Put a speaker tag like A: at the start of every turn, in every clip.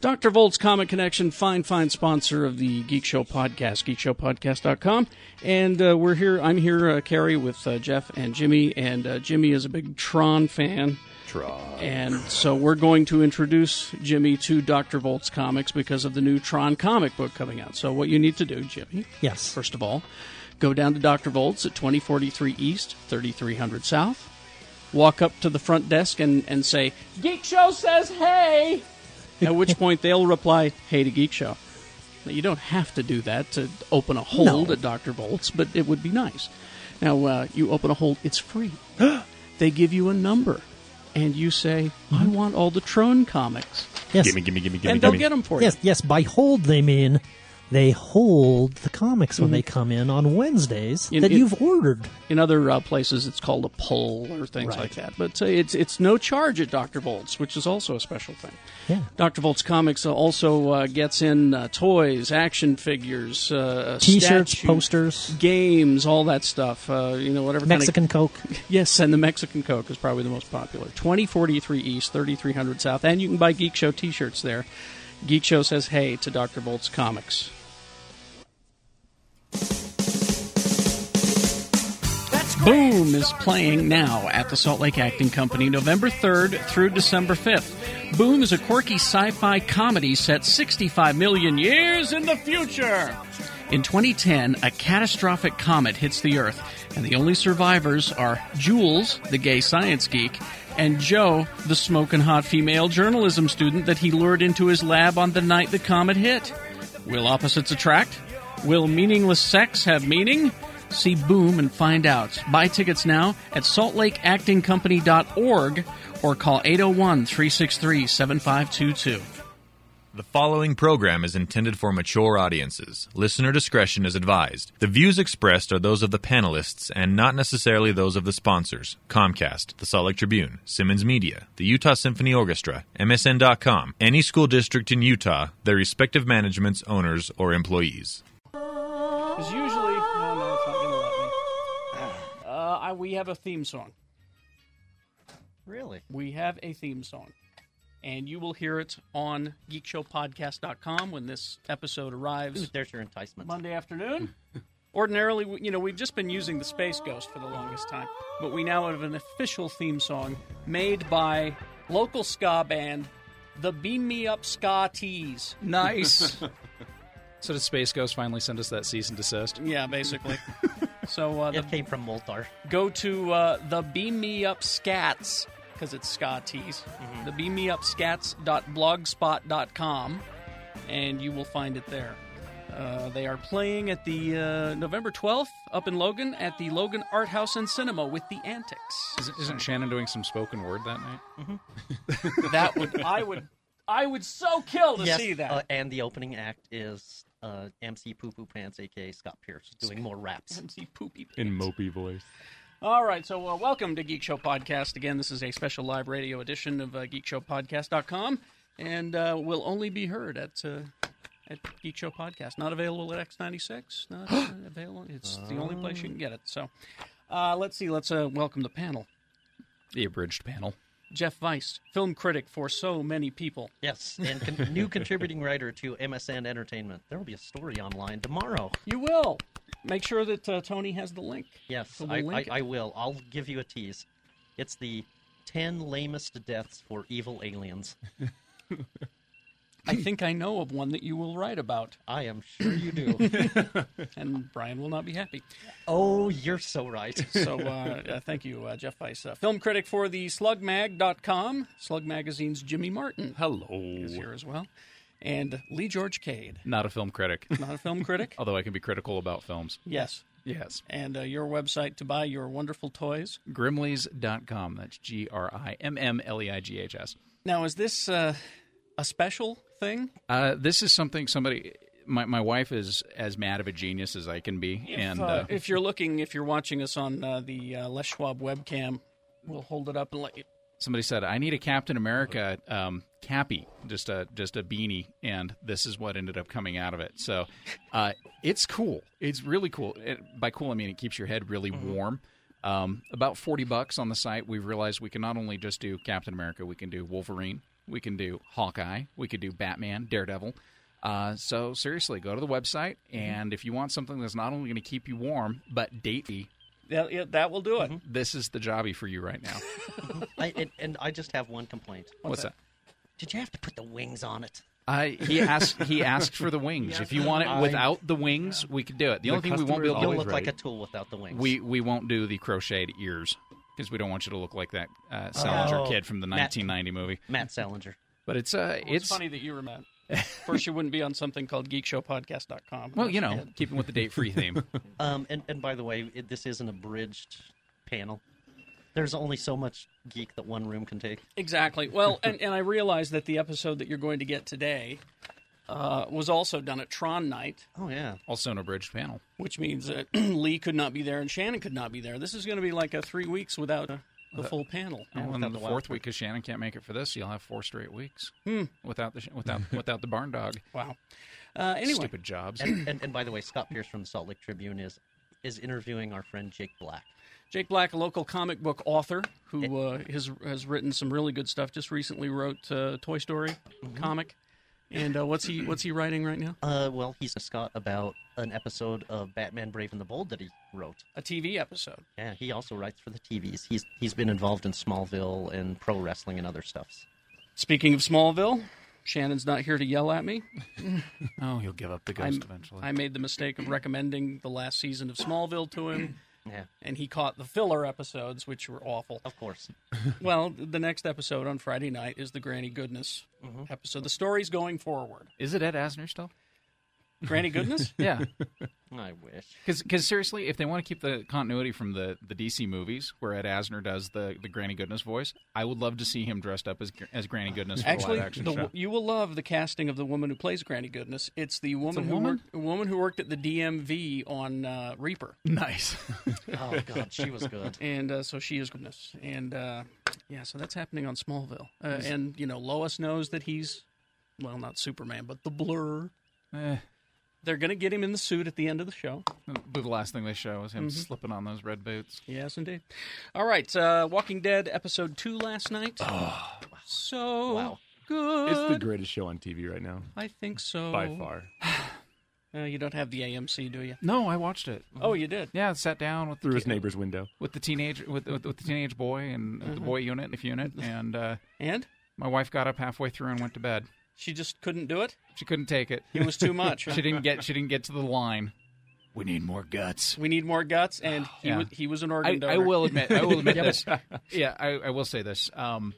A: Dr. Volt's Comic Connection, fine, fine sponsor of the Geek Show podcast, geekshowpodcast.com. And uh, we're here, I'm here, uh, Carrie, with uh, Jeff and Jimmy. And uh, Jimmy is a big Tron fan.
B: Tron.
A: And so we're going to introduce Jimmy to Dr. Volt's comics because of the new Tron comic book coming out. So, what you need to do, Jimmy,
C: Yes.
A: first of all, go down to Dr. Volt's at 2043 East, 3300 South. Walk up to the front desk and, and say, Geek Show says hey! At which point they'll reply, hey to Geek Show. Now, you don't have to do that to open a hold
C: No.
A: at Dr. Volt's, but it would be nice. Now, uh, you open a hold, it's free. they give you a number, and you say, I want all the Tron comics.
C: Yes.
B: Gimme, gimme, gimme, gimme,
A: And they'll
B: gimme.
A: get them for
C: Yes,
A: you.
C: yes. By hold, they mean they hold the comics
B: Mm-hmm.
C: when they come in on Wednesdays
A: In-
C: that
A: in-
C: you've ordered.
A: In other uh, places, it's called a pull or things
C: Right.
A: like that. But uh, it's it's no charge at Dr. Volt's, which is also a special thing.
C: Yeah.
A: Dr. Volt's Comics also uh, gets in uh, toys, action figures, uh,
C: T-shirts,
A: statues,
C: posters.
A: games, all that stuff. Uh, you know, whatever kind of
C: Mexican Coke.
A: Yes, and the Mexican Coke is probably the most popular. 2043 East, 3300 South, and you can buy Geek Show t shirts there. Geek Show says hey to Dr. Bolt's Comics. Boom is playing now at the Salt Lake Acting Company November 3rd through December 5th. Boom is a quirky sci fi comedy set 65 million years in the future. In 2010, a catastrophic comet hits the Earth, and the only survivors are Jules, the gay science geek, and Joe, the smoking hot female journalism student that he lured into his lab on the night the comet hit. Will opposites attract? Will meaningless sex have meaning? See Boom and find out. Buy tickets now at saltlakeactingcompany.org or call 801 363 7522.
D: The following program is intended for mature audiences. Listener discretion is advised. The views expressed are those of the panelists and not necessarily those of the sponsors Comcast, the Salt Lake Tribune, Simmons Media, the Utah Symphony Orchestra, MSN.com, any school district in Utah, their respective managements, owners, or employees.
A: Because usually, no, no, it's not going to let me. Uh, I, we have a theme song.
B: Really?
A: We have a theme song, and you will hear it on geekshowpodcast.com when this episode arrives
B: There's your enticement.
A: Monday afternoon. Ordinarily, we- you know, we've just been using the Space Ghost for the longest time, but we now have an official theme song made by local ska band, the Beam Me Up Ska Tees.
E: Nice. so did Space Ghost finally send us that cease and desist?
A: Yeah, basically. so uh, the
B: It came from Moltar.
A: go to uh, the Beam Me Up Scats because it's ska tees.
B: Mm-hmm.
A: The Beam Me Up Scats.blogspot.com, and you will find it there. Uh, they are playing at the uh, November 12th up in Logan at the Logan Art House and Cinema with the Antics.
E: Isn't, isn't Shannon doing some spoken word that night?
A: Mm-hmm. That would I would I would so kill to
B: yes,
A: see that.
B: uh, and the opening act is uh, MC Poo Poo Pants, aka Scott Pierce, doing more raps.
A: MC Poopy
F: in
A: Pants.
F: mopey voice.
A: All right, so uh, welcome to Geek Show Podcast. Again, this is a special live radio edition of uh, geekshowpodcast.com and uh, will only be heard at uh, at Geek Show Podcast. Not available at X96. Not uh, available. It's the only place you can get it. So uh, let's see. Let's uh, welcome the panel.
E: The abridged panel.
A: Jeff Weiss, film critic for so many people.
B: Yes, and con- new contributing writer to MSN Entertainment. There will be a story online tomorrow.
A: You will. Make sure that uh, Tony has the link.
B: Yes,
A: So we'll
B: I,
A: link
B: I,
A: it.
B: I will. I'll give you a tease. It's the 10 lamest deaths for evil aliens.
A: I think I know of one that you will write about,
B: I am sure you do.
A: and Brian will not be happy.
B: oh, you're so right.
A: So uh, uh, thank you, uh, Jeff Weiss. Uh, film critic for the slugmag.com. Slug Magazine's Jimmy Martin is
F: Hello.
A: here as well. And Lee George Cade,
E: Not a film critic,
A: not a film critic.
E: although I can be critical about films.
A: Yes.
E: Yes.
A: And uh, your website to buy your wonderful toys.
E: Grimleys.com. That's G R I M M L E I G H S.
A: Now, is this uh, a special thing?
E: Uh, this is something somebody. My, my wife is as mad of a genius as I can be, and
A: if, uh,
E: uh,
A: if you're looking, if you're watching us on uh, the uh, Les Schwab webcam, we'll hold it up and let you.
E: somebody said, "I need a Captain America um, cappy, just a just a beanie," and this is what ended up coming out of it. So, uh, it's cool. It's really cool. It, by cool, I mean it keeps your head really
G: Mm-hmm.
E: warm. Um, about forty bucks on the site. We've realized we can not only just do Captain America, we can do Wolverine, We can do Hawkeye. We could do Batman, Daredevil. Uh, so seriously, go to the website,
G: Mm-hmm.
E: and if you want something that's not only going to keep you warm but datey,
G: That, yeah, that will do it.
E: this is the jobby for you right now.
H: I, and, and I just have one complaint.
E: What's that?
H: Did you have to put the wings on it?
E: I, he asked. He asked for the wings. If you want it without the wings, we could do it. The, only thing we won't be able
H: You'll
E: to
H: look
E: do,
H: like a tool without the wings.
E: we we won't do the crocheted ears because we don't want you to look like that uh, Salinger
H: Oh.
E: kid from the
H: Matt.
E: 1990 movie.
H: Matt Salinger.
E: But it's uh,
A: Well, it's, funny that you were mad. Of course, you wouldn't be on something called geekshowpodcast.com.
E: Well, you know, keeping with the date free theme.
H: Um, and, and by the way, it, this is an abridged panel. There's only so much geek that one room can take.
A: Exactly. Well, and, and I realize that the episode that you're going to get today uh, was also done at Tron night,
H: Oh yeah.
E: also an abridged panel.
A: which means that Lee could not be there and Shannon could not be there. This is going to be like a three weeks without a, the full panel.
E: Oh, and
H: without the
E: the,
H: wild
E: fourth week, because Shannon can't make it for this, you'll have four straight weeks without the sh- without without the barn dog.
A: Wow. Uh, anyway,
E: Stupid jobs.
H: And, and and by the way, Scott Pierce from the Salt Lake Tribune is is interviewing our friend Jake Black.
A: Jake Black, a local comic book author
E: Eh.
A: who uh, has has written some really good stuff. Just recently wrote uh, Toy Story
E: Mm-hmm.
A: comic, and uh, what's he what's he writing right now?
H: Uh, well, he's a Scott about an episode of Batman: Brave and the Bold that he wrote.
A: A TV episode.
H: Yeah, he also writes for the TVs. He's he's been involved in Smallville and pro wrestling and other stuffs.
A: Speaking of Smallville, Shannon's not here to yell at me.
E: oh, you'll give up the ghost
A: I'm-
E: eventually.
A: I made the mistake of recommending the last season of Smallville to him,
H: Yeah,
A: and he caught the filler episodes, which were awful.
H: of course.
A: Well, the next episode on Friday night is the Granny Goodness
H: Mm-hmm.
A: episode. The story's going forward.
E: Is it Ed Asner still?
A: Granny Goodness?
E: Yeah,
H: I wish.
E: because seriously, if they want to keep the continuity from the, the DC movies where Ed Asner does the, the Granny Goodness voice, I would love to see him dressed up as as Granny Goodness for a
A: Actually,
E: live action
A: the,
E: show.
A: you will love the casting of the woman who plays Granny Goodness. It's the woman who
E: woman?
A: worked, a woman who worked at the DMV on uh, Reaper,
E: Nice.
H: Oh God, she was good.
A: and uh, so she is Goodness. And uh, yeah, so that's happening on Smallville. Uh, and you know, Lois knows that he's well, not Superman, but the Blur.
E: Eh,
A: They're going to get him in the suit at the end of the show. Mm-hmm.
E: but the last thing they show is him slipping on those red boots.
A: Yes, indeed. All right, uh, Walking Dead episode two last night. so
H: Wow.
A: good.
F: It's the greatest show on TV right now,
A: Uh, I think so.
F: by far.
A: Uh, you don't have the AMC, do you?
E: No, I watched it.
A: Oh, you did.
E: Yeah, sat down with the
F: Through his
E: ki-
F: neighbor's window.
E: with the teenage with, with, with the teenage boy and the boy unit, if unit, and uh,
A: Mm-hmm. And
E: my wife got up halfway through and went to bed.
A: she just couldn't do it.
E: She couldn't take it.
A: It was too much.
E: She didn't get. She didn't get to the line. We need more guts.
A: we need more guts, and he
E: Yeah.
A: was, he was an organ
E: I,
A: donor.
E: I will admit. I will admit this. Yeah, I, I will say this. Um,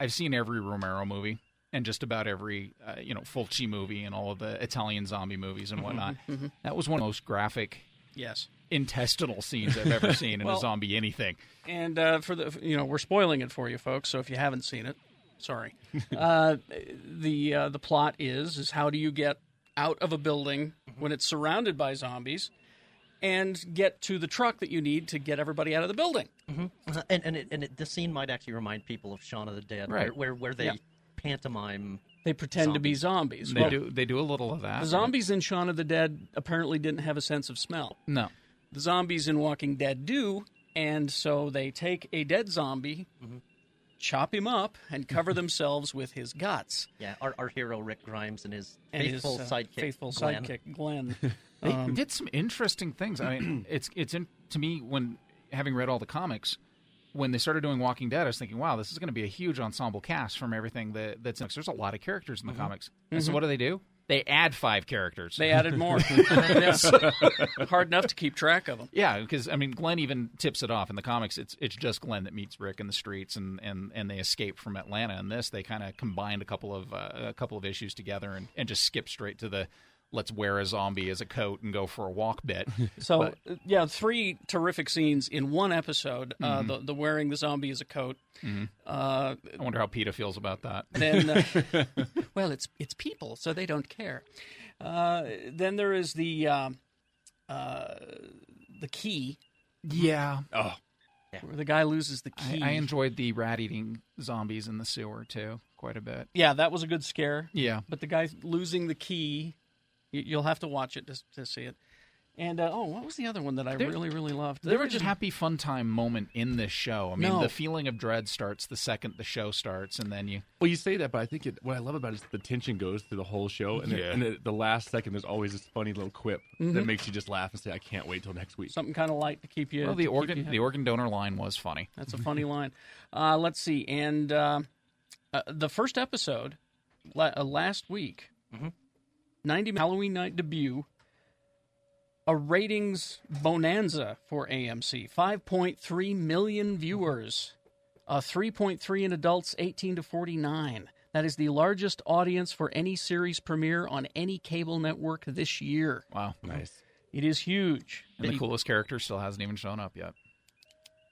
E: I've seen every Romero movie and just about every uh, you know Fulci movie and all of the Italian zombie movies and whatnot. That was one of the most graphic
A: Mm-hmm, Yes.
E: intestinal scenes I've ever seen in
A: Well-
E: a zombie anything.
A: And uh, for the you know we're spoiling it for you folks, so if you haven't seen it, sorry. uh, the uh, the plot is is how do you get out of a building when it's surrounded by zombies, and get to the truck that you need to get everybody out of the building?
E: Mm-hmm.
H: Uh, And and it, and it, this scene might actually remind people of Shaun of the Dead,
E: Right.
H: where, where where they pantomime.
A: They pretend to be zombies.
E: They
A: Well,
E: do. They do a little of that.
A: The zombies in Shaun of the Dead apparently didn't have a sense of smell.
E: No.
A: the zombies in Walking Dead do, and so they take a dead zombie, chop him up, and cover themselves with his guts
H: Yeah, our, our hero Rick Grimes and his
A: and
H: faithful
A: his uh,
H: sidekick.
A: faithful
H: Glenn.
A: sidekick Glenn. Um,
E: They did some interesting things. I mean, it's it's in, to me when having read all the comics, when they started doing Walking Dead, I was thinking, wow, this is going to be a huge ensemble cast from everything that that's in. There's a lot of characters in the comics, and so what do they do? They add five characters.
A: Mm-hmm. they added more. That's hard enough to keep track of them.
E: yeah, because I mean, Glenn even tips it off in the comics. It's it's just Glenn that meets Rick in the streets, and and, and they escape from Atlanta. And this, they kind of combined a couple of uh, a couple of issues together, and, and just skip straight to the let's wear a zombie as a coat and go for a walk bit.
A: So uh, yeah, three terrific scenes in one episode. Uh, the the wearing the zombie as a coat. Uh,
E: I wonder how PETA feels about that.
A: then uh, well it's it's people so they don't care uh, then there is the um uh, the key
E: Yeah.
A: where the guy loses the
E: oh. I,
A: key
E: I enjoyed the rat eating zombies in the sewer too quite a bit.
A: yeah that was a good scare
E: Yeah.
A: but the guy losing the key y- you'll have to watch it to, to see it And uh, oh, what was the other one that I
E: There-
A: really really loved?
E: There was a happy fun time moment in this show. I mean,
A: No.
E: the feeling of dread starts the second the show starts, and then you.
F: Well, you say that, but I think it, what I love about it is the tension goes through the whole show, and, then
D: Yeah.
F: and at the last second, there's always this funny little quip that makes you just laugh and say, "I can't wait till next week."
A: Mm-hmm. something kind of light to keep you.
E: Well, the
A: to keep you
E: organ
A: happy.
E: the organ donor line was funny.
A: That's a funny line. Uh, let's see. And uh, uh, the first episode la- uh, last week,
E: Mm-hmm.
A: 90 Halloween night debut, a ratings bonanza for AMC 5.3 million viewers, uh, 3.3 in adults 18 to 49. That is the largest audience for any series premiere on any cable network this year.
E: Wow,
F: Nice.
A: It is huge.
E: and the coolest character still hasn't even shown up yet.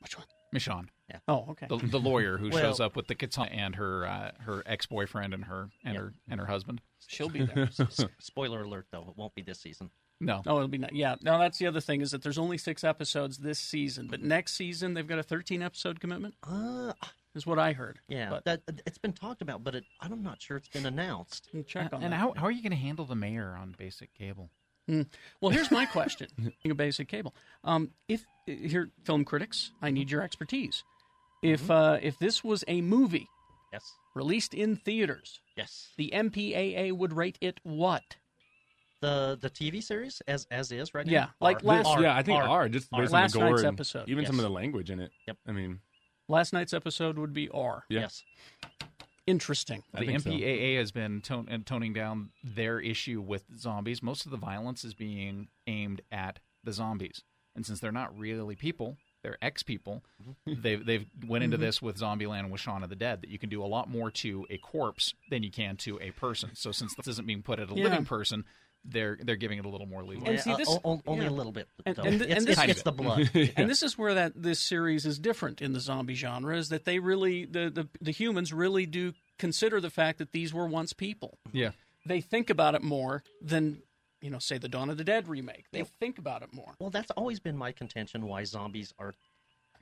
A: Which one?
E: Michonne,
A: Oh, okay.
E: the, the lawyer who
H: Well-
E: shows up with the katana and her uh, her ex boyfriend and her and her and her husband.
A: She'll be there.
H: S- Spoiler alert, though, it won't be this season.
E: No,
A: Oh, it'll be ni- yeah. Now that's the other thing is that there's only six episodes this season, but next season they've got a 13 episode commitment.
H: Uh,
A: Is what I heard.
H: yeah,
A: but
H: that it's been talked about, but it, I'm not sure it's been announced.
A: can check on
E: and
A: that.
E: how, how are you going to handle the mayor on basic cable?
A: Hmm. Well, here's my question: being a basic cable, um, if here film critics, I need your expertise. If uh, if this was a movie
H: Yes,
A: released in theaters,
H: yes.
A: the MPAA would rate it what?
H: The the TV series as as is right now.
A: Yeah, like
H: R-
A: last-
H: R-
F: yeah, I think
H: R.
F: R, just based
A: Last
F: on the gore
A: night's
F: and
A: episode,
F: even some
H: yes.
F: of the language in it.
H: Yep.
F: I mean,
A: Last night's episode would be R.
F: yeah,
H: Yes.
A: Interesting.
F: I
E: the
F: think so.
E: MPAA has been tone- and toning down their issue with zombies. Most of the violence is being aimed at the zombies, and since they're not really people, they're ex people. they've they've
H: Mm-hmm.
E: went into this with Zombieland and with Shaun of the Dead that you can do a lot more to a corpse than you can to a person. So since this isn't being put at a
A: Yeah.
E: living person, they're they're giving it a little more leeway.
A: And
H: Yeah,
A: see,
H: uh,
A: this-
H: o- o- only
A: yeah.
H: a little bit.
A: And-
H: though.
A: and th-
H: it's,
A: and this
H: it's-
A: is-
H: it's the blood.
A: And this is where that this series is different in the zombie genre is that they really the, the the humans really do consider the fact that these were once people.
E: yeah.
A: They think about it more than you know, say the Dawn of the Dead remake. They think about it more.
H: Well, that's always been my contention why zombies are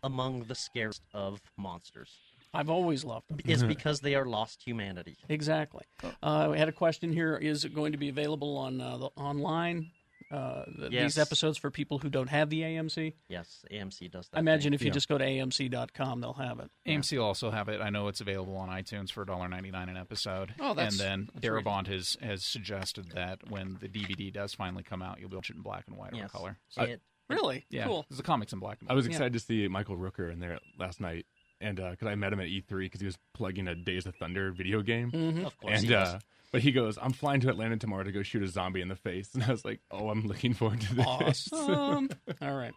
H: among the scariest of monsters
A: I've always loved them.
E: Mm-hmm.
H: is because they are lost humanity.
A: Exactly. Uh, we had a question here: Is it going to be available on uh, the online? Uh, th-
H: Yes.
A: These episodes for people who don't have the AMC.
H: Yes, AMC does that.
A: I imagine
H: thing.
A: if you just go to AMC.com, they'll have it.
E: AMC will also have it. I know it's available on iTunes for $1.99 an episode.
A: Oh, that's-
E: and then
A: that's
E: Darabont has has suggested that when the DVD does finally come out, you'll be able to watch it in black and white or in
H: Yes.
E: color.
H: It-
A: Really?
E: Yeah,
A: Cool.
E: 'cause the comics in black and
F: I
E: white.
F: was excited to see Michael Rooker in there last night, and because I met him at E3 because he was plugging a Days of Thunder video game,
H: of course.
F: and
H: he does.
F: uh, but he goes, "I'm flying to Atlanta tomorrow to go shoot a zombie in the face," and I was like, "Oh, I'm looking forward to this."
A: Awesome. All right.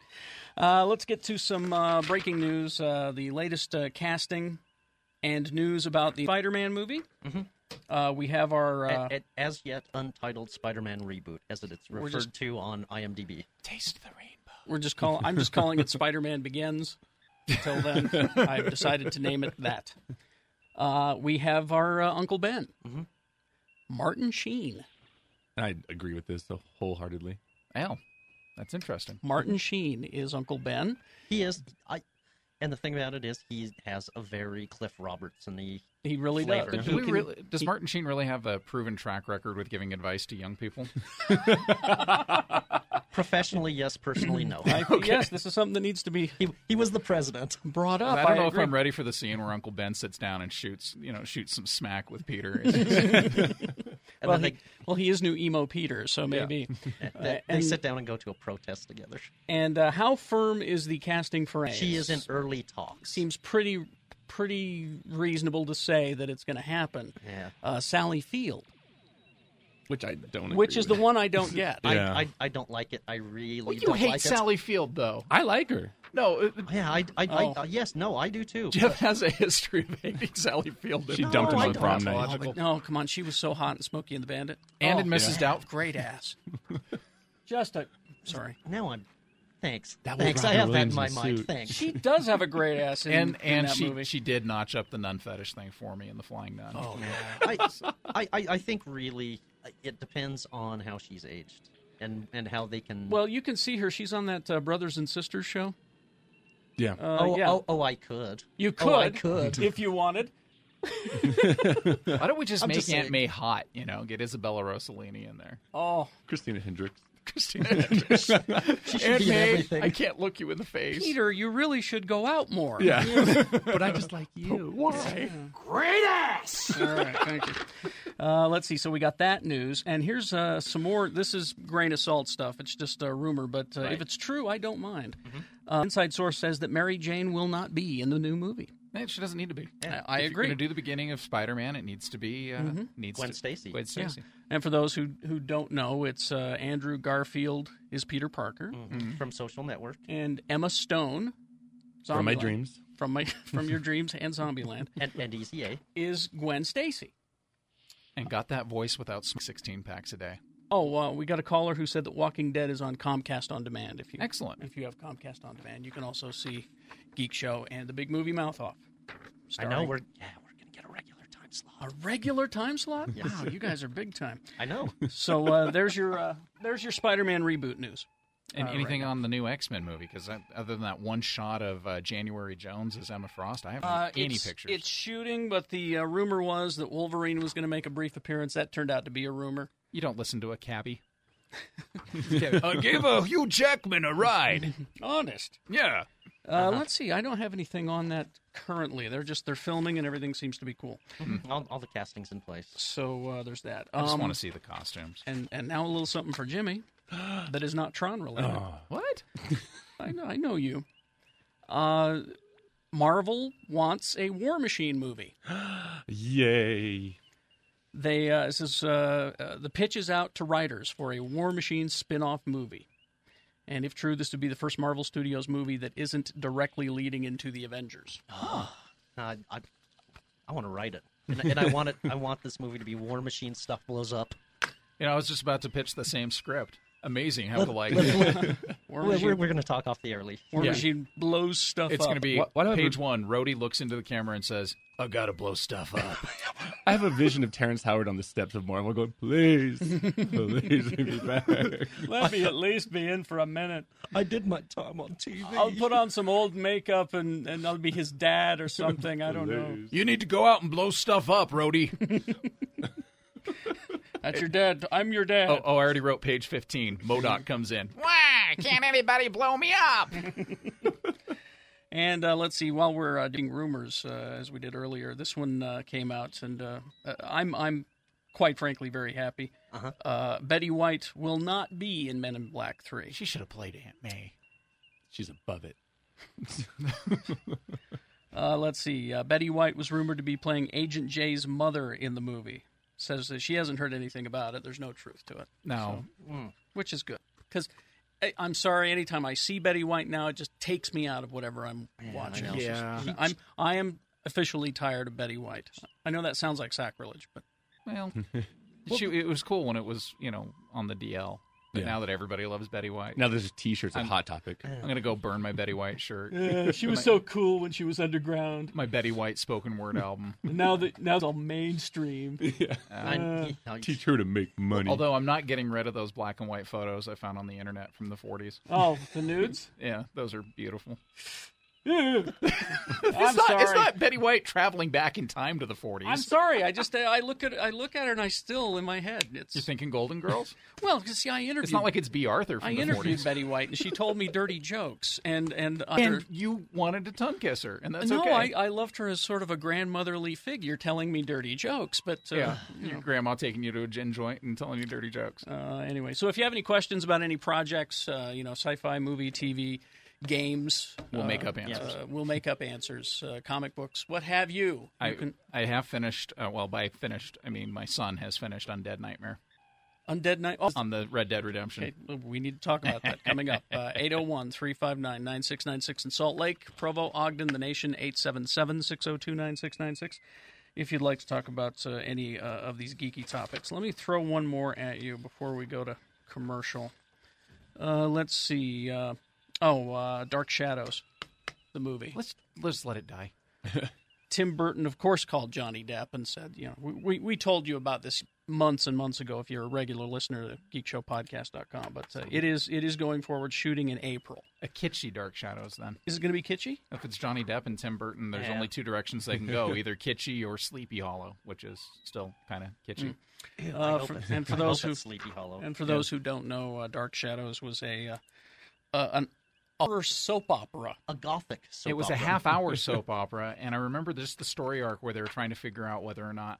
A: Uh, let's get to some uh, breaking news. Uh, the latest uh, casting and news about the Spider Man movie.
E: Mm-hmm.
A: Uh, we have our. Uh,
E: Eh,
H: A- a- as yet untitled Spider-Man reboot, as it's referred
A: just-
H: to on IMDb.
E: Taste the rainbow.
A: we're just calling. I'm just calling it Spider Man Begins. Until then, I've decided to name it that. Uh, we have our uh, Uncle Ben,
E: Mm-hmm.
A: Martin Sheen.
F: And I agree with this so wholeheartedly.
E: Ow. That's interesting.
A: Martin Sheen is Uncle Ben.
H: He is, I, and the thing about it is, he has a very Cliff Robertson-y.
A: He really
H: Flavor.
A: does.
E: Do we
A: He can-
E: really- does Martin Sheen really have a proven track record with giving advice to young people?
H: Professionally, yes. Personally, no.
A: I- Yes, this is something that needs to be
H: he, he was the president.
A: brought up.
E: I don't know if
A: agree.
E: I'm ready for the scene where Uncle Ben sits down and shoots, you know, shoots some smack with Peter.
H: And
A: well,
H: then
A: he, well, he is new emo Peter, so maybe.
H: they, they, they
A: and-
H: Uh, sit down and go to a protest together.
A: and uh, how firm is the casting for Aang?
H: She is in early talks.
A: Seems pretty, pretty reasonable to say that it's going to happen.
H: Yeah.
A: Uh, Sally Field,
F: Which I don't.
A: which
F: agree
A: is the
F: with.
A: one I don't get.
H: I,
F: Yeah.
H: I, I don't like it. I really
E: Well, you
H: don't
E: hate
H: like
E: Sally Field, though.
F: I like her.
E: No,
H: it. Yeah, I, I,
A: uh, Oh.
H: I, yes, no, I do too.
E: Jeff has a history of hating Sally Field.
F: She dumped him
H: I
F: on
H: don't. Oh,
F: prom night.
E: Logical.
A: No, come on, she was so hot in Smokey and the Bandit,
E: And
A: oh,
E: in Mrs. Doubt.
A: great ass. Just a sorry.
H: Now I'm. Thanks.
F: That was
H: Thanks. I
F: Robin
H: have that in
F: Williams
H: my
F: in a
H: mind.
F: suit.
H: Thanks.
A: She does have a great ass in,
E: And
A: in
E: and
A: that
E: she
A: movie.
E: she did notch up the nun fetish thing for me in the flying nun.
A: oh yeah.
H: I, I, I I think really uh, it depends on how she's aged and and how they can.
A: Well, you can see her. She's on that uh, Brothers and Sisters show.
F: Yeah.
A: Uh,
H: oh,
A: yeah.
H: oh, oh, I could.
A: You could,
H: Oh, I could.
A: if you wanted.
E: Why don't we just
H: I'm
E: make
H: just
E: Aunt
H: saying.
E: May hot? You know, get Isabella Rossellini in there.
A: Oh,
F: Christina Hendricks.
E: Christina Andrews. Aunt
H: be in
E: May,
H: everything.
E: I can't look you in the face.
A: Peter, you really should go out more.
F: Yeah.
E: But I just like you. Why?
A: All right, thank you. Uh, let's see. So we got that news, and here's uh, some more. This is grain of salt stuff. It's just a rumor, but uh, if it's true, I don't mind.
E: Mm-hmm.
A: Uh, inside source says that Mary Jane will not be in the new movie.
E: Man, she doesn't need to be.
A: I
E: if
A: agree.
E: You're gonna do the beginning of Spider-Man. It needs to be uh, needs
H: Mm-hmm. Gwen
E: to,
H: Stacy.
E: Gwen Stacy.
A: And for those who who don't know, it's uh, Andrew Garfield is Peter Parker,
H: Mm-hmm.
F: Mm-hmm.
H: from Social Network.
A: and Emma Stone,
F: From my
A: Zombieland-
F: dreams.
A: from my from your dreams and Zombieland
H: And, and E ECA.
A: is Gwen Stacy.
E: And got that voice without smoking 16 packs a day.
A: Oh, uh, we got a caller who said that Walking Dead is on Comcast on demand. If you
E: Excellent.
A: if you have Comcast on demand, you can also see Geek Show and the Big Movie Mouth Off.
H: I know
A: Starring-
H: we're yeah we're gonna get a regular time slot.
A: a regular time slot. Wow, you guys are big time.
H: I know.
A: So uh, there's your uh, there's your Spider-Man reboot news.
E: And
A: Oh,
E: anything on the new X-Men movie? Because other than that one shot of uh, January Jones as Emma Frost, I haven't any
A: Uh, it's,
E: pictures.
A: It's shooting, but the uh, rumor was that Wolverine was going to make a brief appearance. That turned out to be a rumor.
E: You don't listen to a cabbie.
A: uh,
E: I gave a Hugh Jackman a ride.
A: Honest.
E: Yeah. Uh-huh.
A: Uh, Let's see. I don't have anything on that currently. They're just they're filming, and everything seems to be cool.
H: Mm-hmm. all, all the castings in place.
A: So uh, there's that.
E: I just
A: Um,
E: want to see the costumes.
A: And and now a little something for Jimmy that is not Tron related.
E: What?
A: I know I know you. Uh, Marvel wants a War Machine movie.
F: Yay.
A: They uh, this is uh, uh, the pitch is out to writers for a War Machine spin-off movie. And if true, this would be the first Marvel Studios movie that isn't directly leading into the Avengers.
H: Uh, I I want to write it, and, and I want it. I want this movie to be War Machine stuff blows up.
E: You know, I was just about to pitch the same script. Amazing how alike.
A: War
H: We're,
A: Machine,
H: we're, we're gonna talk off the early.
A: War
E: yeah.
A: Machine blows stuff
E: It's
A: up.
E: going to be
F: Why- why do I have
E: page
F: a-
E: one. Rhodey looks into the camera and says, "I gotta blow stuff up."
F: I have a vision of Terrence Howard on the steps of Marvel going, please, please let me back.
A: Let me at least be in for a minute.
F: I did my time on TV.
A: I'll put on some old makeup and, and I'll be his dad or something. I don't know.
E: you need to go out and blow stuff up, Rhodey.
A: That's your dad. I'm your dad.
E: oh, oh, I already wrote page fifteen. Modoc comes in.
A: And uh, let's see. While we're uh, doing rumors, uh, as we did earlier, this one uh, came out, and uh, uh, I'm I'm quite frankly very happy. Uh-huh. Betty White will not be in Men in Black Three.
E: She should have played Aunt May.
F: She's above it.
A: Uh, let's see. Uh, Betty White was rumored to be playing Agent J's mother in the movie. Says that she hasn't heard anything about it. There's no truth to it,
E: No,
A: which is good because. I'm sorry. Anytime I see Betty White now, it just takes me out of whatever I'm watching.
H: know.
E: Yeah.
A: I'm I am officially tired of Betty White. I know that sounds like sacrilege, but
E: Well, she, it was cool when it was, you know, on the DL. But
F: Yeah.
E: now that everybody loves Betty White,
F: Now there's just t-shirts a hot topic.
E: I'm going to go burn my Betty White shirt,
A: she was so cool when she was underground.
E: my Betty White spoken word album.
A: And now uh, that now it's all mainstream.
H: I, you know,
F: Uh, Teach her to make money.
E: Although I'm not getting rid of those black and white photos I found on the internet from the 40s.
A: Oh, the nudes.
E: Yeah, those are beautiful.
A: I'm
E: It's not,
A: sorry.
E: it's not Betty White traveling back in time to the 40s.
A: I'm sorry. I just I look at I look at her and I still in my head. It's
E: You're thinking Golden Girls?
A: well, 'cause see, I interviewed.
E: It's not like it's B. Arthur from
A: I
E: the
A: interviewed
E: 40s.
A: Betty White and she told me dirty jokes and and
E: And
A: other.
E: you wanted to tongue kiss her, and that's
A: no,
E: okay.
A: I, I loved her as sort of a grandmotherly figure, telling me dirty jokes. But uh,
E: yeah, your grandma taking you to a gin joint and telling you dirty jokes.
A: Uh, anyway, so if you have any questions about any projects, uh, you know, sci-fi, movie, TV, games,
E: We'll
A: uh,
E: make up answers.
A: Uh, we'll make up answers. Uh, comic books, what have you?
E: I,
A: you can,
E: I have finished. Uh, well, by finished, I mean my son has finished Undead Nightmare
A: Undead Night. Oh,
E: on the Red Dead Redemption.
A: okay, we need to talk about that coming up. Uh, 801 359 9696 in Salt Lake, Provo, Ogden, the nation, 877 602 9696. If you'd like to talk about uh, any uh, of these geeky topics, let me throw one more at you before we go to commercial. Uh, let's see. Uh, oh, uh, Dark Shadows, the movie.
E: Let's let's let it die.
A: Tim Burton, of course, called Johnny Depp and said, "You know, we, we, we told you about this months and months ago if you're a regular listener to geekshowpodcast.com. But uh, it is it is going forward shooting in April.
E: A kitschy Dark Shadows then.
A: Is it going to be kitschy?
E: If it's Johnny Depp and Tim Burton, there's
A: Yeah.
E: only two directions they can go: either kitschy or Sleepy Hollow, which is still kind of kitschy.
A: Uh, for- and for those who
H: Sleepy Hollow.
A: and for those who don't know, uh, Dark Shadows was a uh, uh, an horror soap opera.
H: a gothic. Soap
E: it was a
H: opera.
E: half-hour soap opera, and I remember just the story arc where they were trying to figure out whether or not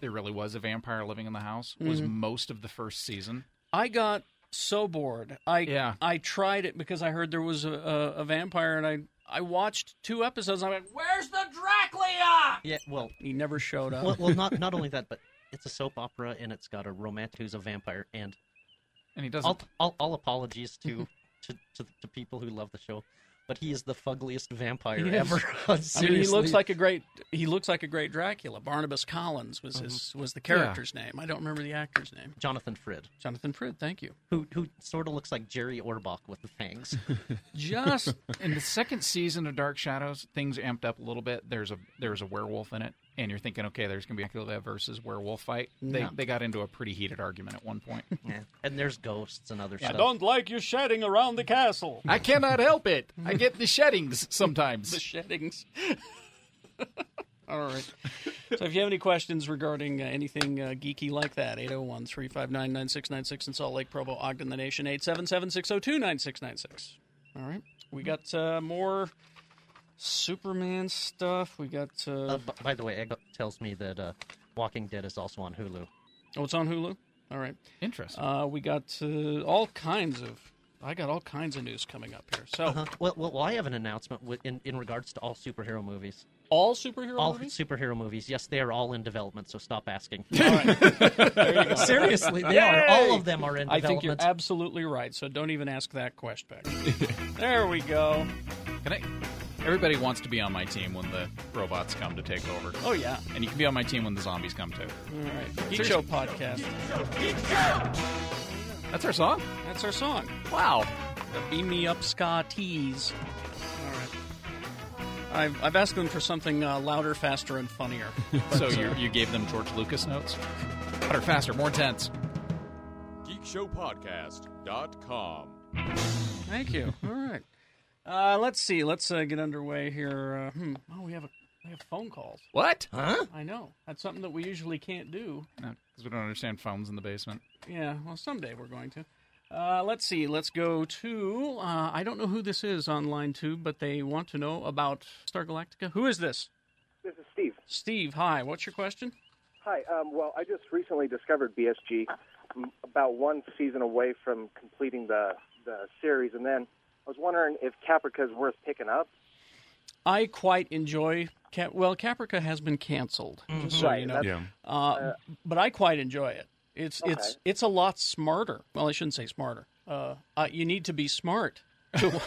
E: there really was a vampire living in the house. Was
A: Mm.
E: most of the first season.
A: I got so bored. I
E: Yeah.
A: I tried it because I heard there was a, a, a vampire, and I I watched two episodes. And I'm like, where's the Dracula?
H: Yeah, well,
A: He never showed up.
H: well, well, not not only that, but it's a soap opera and it's got a romance who's a vampire. And
E: And he doesn't.
H: all, all, all apologies to, to to to people who love the show, but he is the fuggliest vampire
A: He is.
H: ever.
A: I mean, he looks
H: Seriously.
A: like a great he looks like a great Dracula. Barnabas Collins was his was the character's name. I don't remember the actor's name.
H: Mm-hmm. Jonathan Frid,
A: Jonathan Prid, thank you.
H: who who sort of looks like Jerry Orbach with the fangs.
E: just in the second season of Dark Shadows, things amped up a little bit. There's a there's a werewolf in it, and you're thinking, okay, there's gonna be a versus werewolf fight. They
H: No.
E: they got into a pretty heated argument at one point.
H: yeah. And there's ghosts and other stuff.
A: like you shedding around the castle.
E: I cannot help it. I get the sheddings
A: the
E: sometimes.
A: sheddings. All right. So if you have any questions regarding uh, anything uh, geeky like that, 801 359 9696 in Salt Lake, Provo, Ogden, the Nation, 877 602 9696. All right. We got uh, more Superman stuff. We got. Uh,
H: Uh, b- by the way, Egg tells me that uh, Walking Dead is also on Hulu.
A: oh, it's on Hulu? All right.
E: Interesting.
A: Uh, we got uh, all kinds of. I got all kinds of news coming up here. So
H: Uh, well, well, well, I have an announcement with, in in regards to all superhero movies.
A: all superhero
H: All
A: movies.
H: superhero movies. Yes, they are all in development. So stop asking.
A: Seriously,
H: they are. All of them are in
A: I think
H: development.
A: you're absolutely right. So don't even ask that question back. there we go.
E: Can I, everybody wants to be on my team when the robots come to take over.
A: Oh yeah.
E: And you can be on my team when the zombies come too.
A: All right. Geek Show podcast.
E: That's our song.
A: That's our song.
E: Wow.
A: The Beam me up, ska tease. All right. I've, I've asked them for something uh, louder, faster, and funnier. uh,
E: So you you gave them George Lucas notes. Better, faster, more intense.
I: GeekShowPodcast.com.
A: Thank you. All right. Uh, let's see. Let's uh, get underway here. Uh, hmm. Oh, we have a we have phone calls.
E: What? Because
A: I know. That's something that we usually can't do.
E: we don't understand phones in the basement.
A: Yeah, well, someday we're going to. Uh, let's see. Let's go to. Uh, I don't know who this is on line two, but they want to know about Star Galactica. Who is this?
J: This is Steve.
A: Steve. Hi. What's your question?
J: Hi. Um, well, I just recently discovered BSG, m- about one season away from completing the the series, and then I was wondering if Caprica's worth picking up.
A: I quite enjoy. Cap- well, Caprica has been canceled, just so you know.
J: Mm-hmm. that's-
F: Yeah.
A: Uh, but I quite enjoy it. It's it's it's a lot smarter. Well, I shouldn't say smarter. Uh, uh, you need to be smart to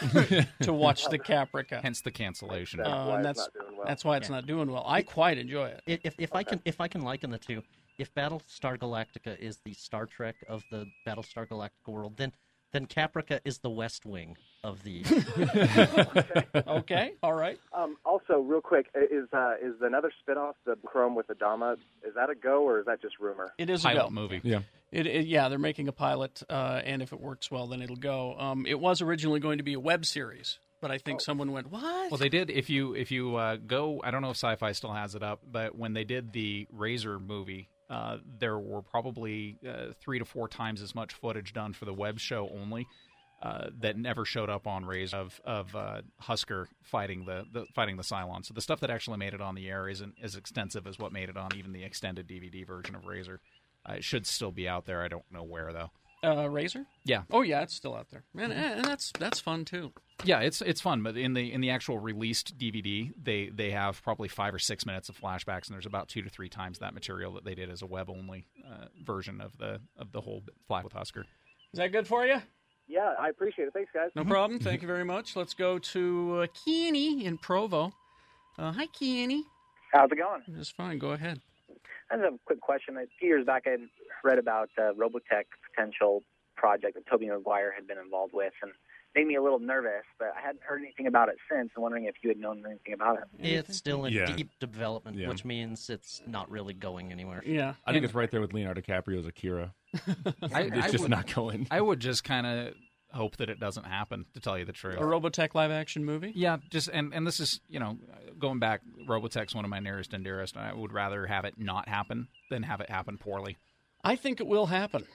A: to watch the Caprica,
E: Hence the cancellation.
J: That's
A: uh,
J: why
A: and
J: it's
A: that's
J: not doing well.
A: that's why it's not doing well. I quite enjoy it.
H: I- if if I can if I can liken the two, if Battlestar Galactica is the Star Trek of the Battlestar Galactica world, then then Caprica is the West Wing of the.
A: Okay, all right.
J: Um, also, real quick, i- is uh, is another spinoff the Chrome with Adama? Is that a go or is that just rumor?
A: It is a go.
E: Pilot movie.
F: Yeah.
A: It, it, yeah, they're making a pilot, uh, and if it works well, then it'll go. Um, it was originally going to be a web series, but I
J: Oh.
A: think someone went, "What?"
E: Well, they did. If you if you uh, go, I don't know if Sci-Fi still has it up, but when they did the Razor movie, uh, there were probably uh, three to four times as much footage done for the web show only uh, that never showed up on Razor of of uh, Husker fighting the, the fighting the Cylon. So the stuff that actually made it on the air isn't as extensive as what made it on even the extended DVD version of Razor. Uh, it should still be out there. I don't know where though.
A: uh, Razor.
E: Yeah. Mm-hmm.
A: Oh yeah, it's still out there, man, and, and that's that's fun too.
E: Yeah, it's it's fun, but in the in the actual released DVD, they they have probably five or six minutes of flashbacks, and there's about two to three times that material that they did as a web only uh, version of the of the whole Fly with Husker.
A: Is that good for you?
J: Yeah, I appreciate it. Thanks, guys.
A: No problem. Thank you very much. Let's go to uh, Keaney in Provo. Uh, hi, Keaney.
K: How's it going?
A: It's fine. Go ahead.
K: I just have a quick question. A few years back, I had read about uh, Robotech potential project that Toby Maguire had been involved with, and made me a little nervous, but I hadn't heard anything about it since. I'm wondering if you had known anything about it.
B: It's still in
F: Yeah.
B: deep development,
F: Yeah.
B: which means it's not really going anywhere.
A: Yeah.
F: I think it's right there with Leonardo DiCaprio's Akira.
E: I,
F: It's
E: I
F: just
E: would,
F: not going.
E: I would just kind of hope that it doesn't happen. To tell you the truth.
A: a Robotech live action movie.
E: Yeah, just and and this is you know going back. Robotech's one of my nearest and dearest, and I would rather have it not happen than have it happen poorly.
A: I think it will happen.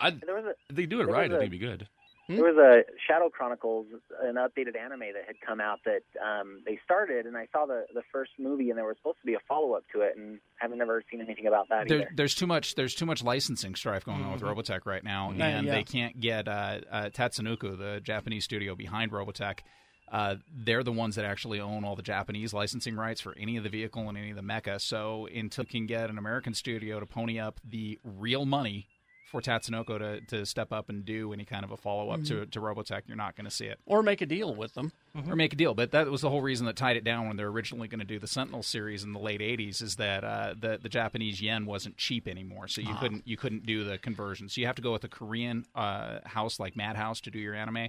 F: I,
K: There was a
F: they do it
K: There
F: right.
K: was
F: I
K: a-
F: think it'd be good.
K: There was a Shadow Chronicles, an updated anime that had come out that um, they started, and I saw the the first movie, and there was supposed to be a follow up to it, and I've never seen anything about that
E: There,
K: either.
E: there's too much. There's too much licensing strife going on with Robotech right now,
A: Yeah,
E: and
A: Mm-hmm. yeah.
E: they can't get uh, uh, Tatsunoko, the Japanese studio behind Robotech. Uh, they're the ones that actually own all the Japanese licensing rights for any of the vehicle and any of the mecha. So until you can get an American studio to pony up the real money for Tatsunoko to, to step up and do any kind of a follow up
A: Mm-hmm.
E: to, to Robotech, you're not going to see it. Mm-hmm.
A: Or make a deal with them.
E: or make a deal. But that was the whole reason that tied it down when they were originally going to do the Sentinel series in the late '80s. Is that uh, the the Japanese yen wasn't cheap anymore, so you
A: Ah.
E: couldn't you couldn't do the conversion. So you have to go with a Korean uh, house like Madhouse to do your anime.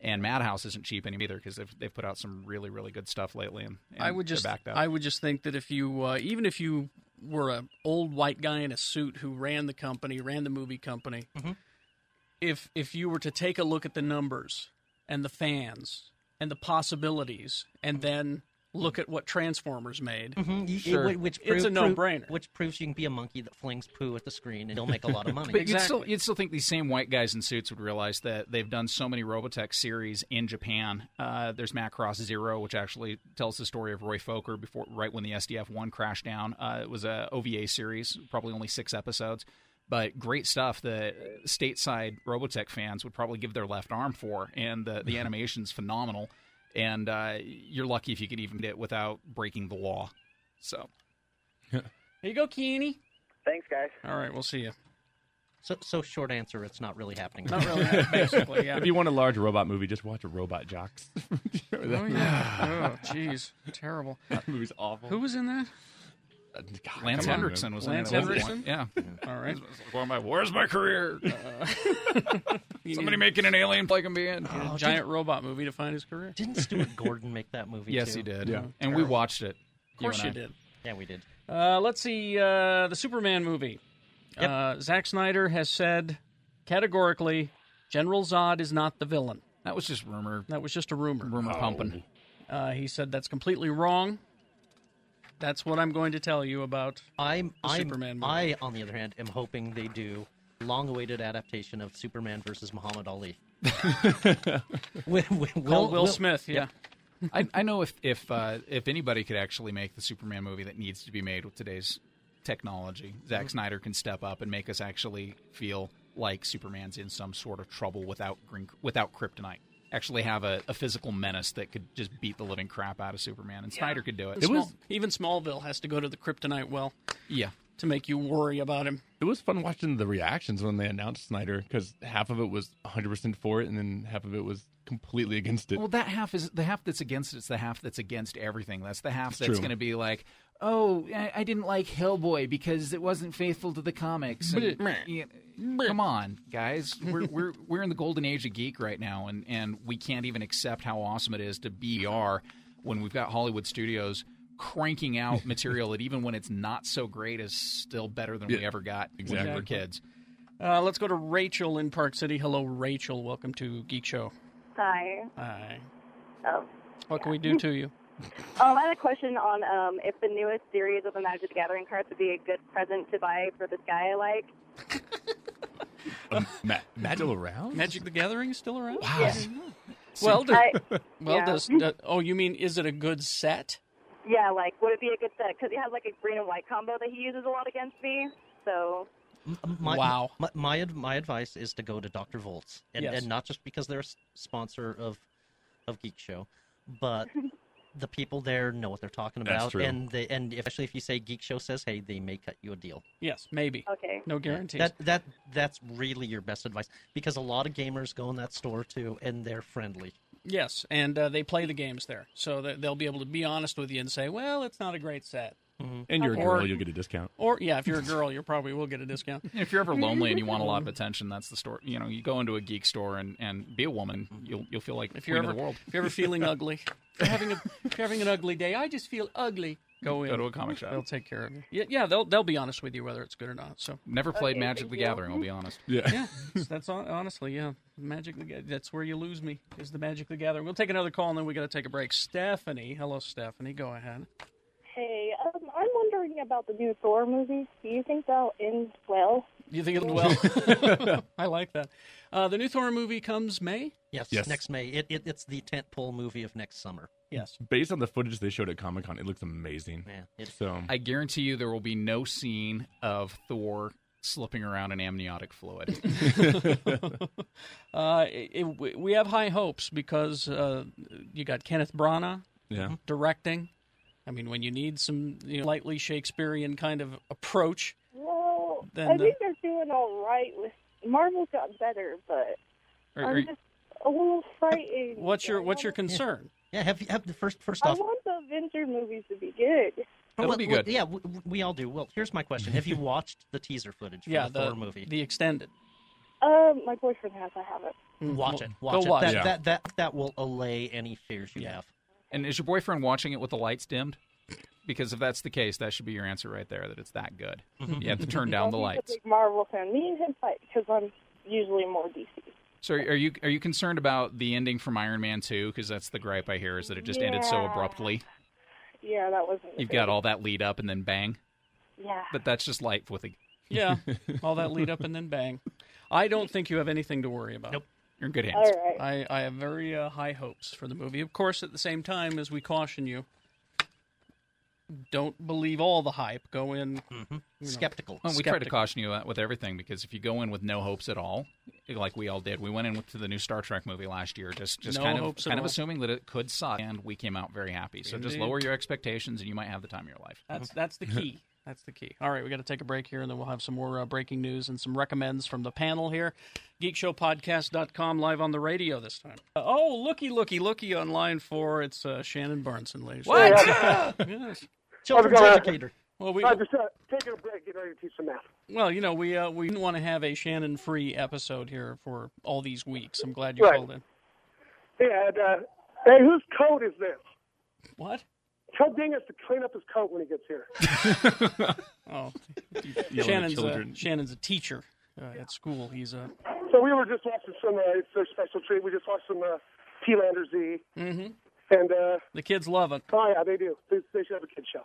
E: And Madhouse isn't cheap anymore either because they've, they've put out some really really good stuff lately. And, and
A: I would
E: they're
A: just
E: backed up.
A: I would just think that if you uh, even if you were an old white guy in a suit who ran the company, ran the movie company, if if you were to take a look at the numbers and the fans and the possibilities, and then look at what Transformers made,
B: Mhm, you-
E: Sure.
B: wh- Which
A: Mm-hmm. It's a
B: pro-
A: no-brainer.
B: Which proves you can be a monkey that flings poo at the screen and you'll make a lot of money.
E: But you'd still you'd still think these same white guys in suits would realize that they've done so many Robotech series in Japan. Uh, there's Macross Zero, which actually tells the story of Roy Foker before right when the SDF one crashed down. Uh, it was a OVA series, probably only six episodes, but great stuff that stateside Robotech fans would probably give their left arm for, and the the animation's phenomenal. And uh, you're lucky if you can even get it without breaking the law. So
A: here you go, Keeney.
K: Thanks, guys.
A: All right, we'll see you.
B: So, so short answer, it's not really happening.
A: Not
E: Oh,
A: really, basically. Yeah.
F: If you want a large robot movie, just watch Robot Jocks.
A: Oh yeah. Oh jeez, terrible.
F: that movie's awful.
A: Who was in that?
E: Uh,
F: God,
E: Lance
F: come on,
E: Hendrickson
F: man.
E: was
A: Lance
E: in it at one
A: Henriksen?
E: point. Yeah.
A: All right. Uh,
E: Going by, where's my career? Somebody making an alien play can be in.
A: He did a giant robot movie to find his career.
B: Oh, Didn't Stuart Gordon make that movie?
E: Yes,
B: too?
E: he did. Yeah. And we watched it.
A: Of course you
E: and I.
A: did.
B: Yeah, we did.
A: Uh, let's see uh, the Superman movie. Uh, Zack Snyder has said categorically, General Zod is not the villain.
E: That was just rumor,
A: That was just a rumor. Oh.
E: rumor pumping.
A: Uh, he said that's completely wrong. That's what I'm going to tell you about.
B: I'm,
A: The
B: I'm
A: Superman movie.
B: I, on the other hand, am hoping they do long-awaited adaptation of Superman versus Muhammad Ali. Will, Will,
A: Will, Will Smith, yeah.
E: I, I know if if uh, if anybody could actually make the Superman movie that needs to be made with today's technology, Zack Snyder can step up and make us actually feel like Superman's in some sort of trouble without green, without kryptonite. Actually, have a, a physical menace that could just beat the living crap out of Superman, and Snyder could do it.
A: Small- even Smallville has to go to the kryptonite well
E: Oh. yeah.
A: to make you worry about him.
F: It was fun watching the reactions when they announced Snyder because half of it was 100% for it and then half of it was completely against it.
E: Well, that half is the half that's against it's the half that's against everything. That's the half that's
F: true.
E: going to be like, oh, I, I didn't like Hellboy because it wasn't faithful to the comics. And- Yeah, come on, guys, we're we're we're in the golden age of geek right now, and and we can't even accept how awesome it is to be our when we've got Hollywood studios cranking out material that even when it's not so great is still better than we ever got when we were kids.
A: Uh, let's go to Rachel in Park City. Hello, Rachel. Welcome to Geek Show.
L: Hi.
A: Hi.
L: Oh.
A: What can we do to you?
L: Um, I had a question on um, if the newest series of the Magic the Gathering cards would be a good present to buy for this guy I like.
F: Ma- Matt still around?
A: Magic the Gathering is still around?
E: Wow.
A: Well, do-
L: I,
A: Well,
L: Yeah.
A: does, do- oh, you mean is it a good set?
L: yeah, like, would it be a good set? Because he has, like, a green and white combo that he uses a lot against me. So,
B: M- My,
A: Wow.
B: My, my, ad- my advice is to go to Dr. Volts, and,
A: Yes.
B: and not just because they're a s- sponsor of, of Geek Show, but the people there know what they're talking
F: That's
B: about,
F: true.
B: and they, and especially if you say Geek Show says, hey, they may cut you a deal.
A: Yes, maybe.
L: okay.
A: No guarantees.
B: That that that's really your best advice because a lot of gamers go in that store too, and they're friendly.
A: yes, and uh, they play the games there, so that they'll be able to be honest with you and say, "Well, it's not a great set."
E: Mm-hmm.
F: And you're
A: Okay.
F: a
A: Or-
F: girl, you'll get a discount.
A: Or yeah, if you're a girl, you probably will get a discount.
E: If you're ever lonely and you want a lot of attention, that's the store. You know, you go into a geek store and, and be a woman. You'll you'll feel like
A: if you're
E: queen
A: ever
E: of the world.
A: if you're ever feeling ugly, if you're having a if you're having an ugly day, I just feel ugly. Go in.
E: Go to a comic shop.
A: They'll take care of you. Yeah, yeah, they'll they'll be honest with you whether it's good or not. So
E: Never played Magic the Gathering. I'll be honest.
A: yeah, that's hon- honestly yeah. Magic the Ga- that's where you lose me is the Magic the Gathering. We'll take another call and then we got to take a break. Stephanie, hello Stephanie, go ahead.
L: Hey, um, I'm wondering about the new Thor movie. Do you think they'll end well?
A: You think it'll well? I like that. Uh, the new Thor movie comes May.
H: Yes,
F: Yes.
H: next May. It, it it's the tentpole movie of next summer.
A: Yes.
F: Based on the footage they showed at Comic Con, it looks amazing.
H: Yeah, it-
F: so
E: I guarantee you there will be no scene of Thor slipping around in amniotic fluid.
A: Uh, it, it, we- we have high hopes because uh, you got Kenneth Branagh
F: Yeah.
A: directing. I mean, when you need some you know, lightly Shakespearean kind of approach,
L: Well,
A: Then
L: I
A: the-
L: think they're doing all right with Marvel's got better, but
A: Are-
L: I'm
A: are-
L: just a little frightened.
A: what's your what's your concern? Oh,
H: Yeah, have you have the first first
L: I
H: off?
L: want the Avenger movies to be good.
E: That'll
H: well,
E: be
H: well,
E: good.
H: yeah, we, we all do. Well, here's my question: Have you watched the teaser footage for
A: Yeah,
H: the,
A: the
H: Thor movie?
A: the extended.
L: Um, my boyfriend has. I haven't.
E: Hmm.
H: Watch it. Watch
A: Go
H: it.
A: watch
H: That,
A: it.
H: that that that will allay any fears you have.
E: and is your boyfriend watching it with the lights dimmed? Because if that's the case, that should be your answer right there. That it's that good. You have to turn down the
L: He's
E: lights.
L: A big Marvel fan. Me and him fight because I'm usually more DC.
E: So are you are you concerned about the ending from Iron Man 2 because that's the gripe I hear is that it just ended so
L: Yeah.
E: abruptly.
L: Yeah, that wasn't.
E: You've got all that lead up and then bang.
L: Yeah.
E: But that's just life with a
A: Yeah, all that lead up and then bang. I don't think you have anything to worry about.
E: you're in good hands.
L: All right.
A: I, I have very uh, high hopes for the movie. Of course, at the same time, as we caution you, don't believe all the hype. Go in. you know,
H: Skeptical.
E: Mm-hmm. Well, we try to
A: skeptical.
E: caution you uh, with everything because if you go in with no hopes at all, like we all did, we went in with, to the new Star Trek movie last year, just just
A: No
E: kind of
A: hopes at
E: kind of
A: all.
E: assuming that it could suck, and we came out very happy. So just
A: Indeed.
E: lower your expectations, and you might have the time of your life.
A: That's that's the key. That's the key. All right, we got to take a break here, and then we'll have some more uh, breaking news and some recommends from the panel here. GeekShowPodcast.com live on the radio this time. Uh, oh, looky, looky, looky on line four. It's uh, Shannon Barneson, ladies. and gentlemen. yes.
H: Children's
M: gonna-
H: educator.
A: Well, we,
M: I just uh, taking a break, getting ready to teach some math.
A: well, you know, we uh, we didn't want to have a Shannon-free episode here for all these weeks. I'm glad you
M: Right.
A: called in.
M: Yeah, and, uh, hey, whose coat is this?
A: What?
M: Tell Dingus to clean up his coat when he gets here.
A: Oh,
F: Yelling at
A: Shannon's a,
F: children.
A: Shannon's a teacher uh, at school. He's a
M: So we were just watching some. Uh, it's their special treat. We just watched some uh, Lander Z,
A: hmm
M: and uh,
A: the kids love it.
M: oh yeah, they do. They, they should have a kid show.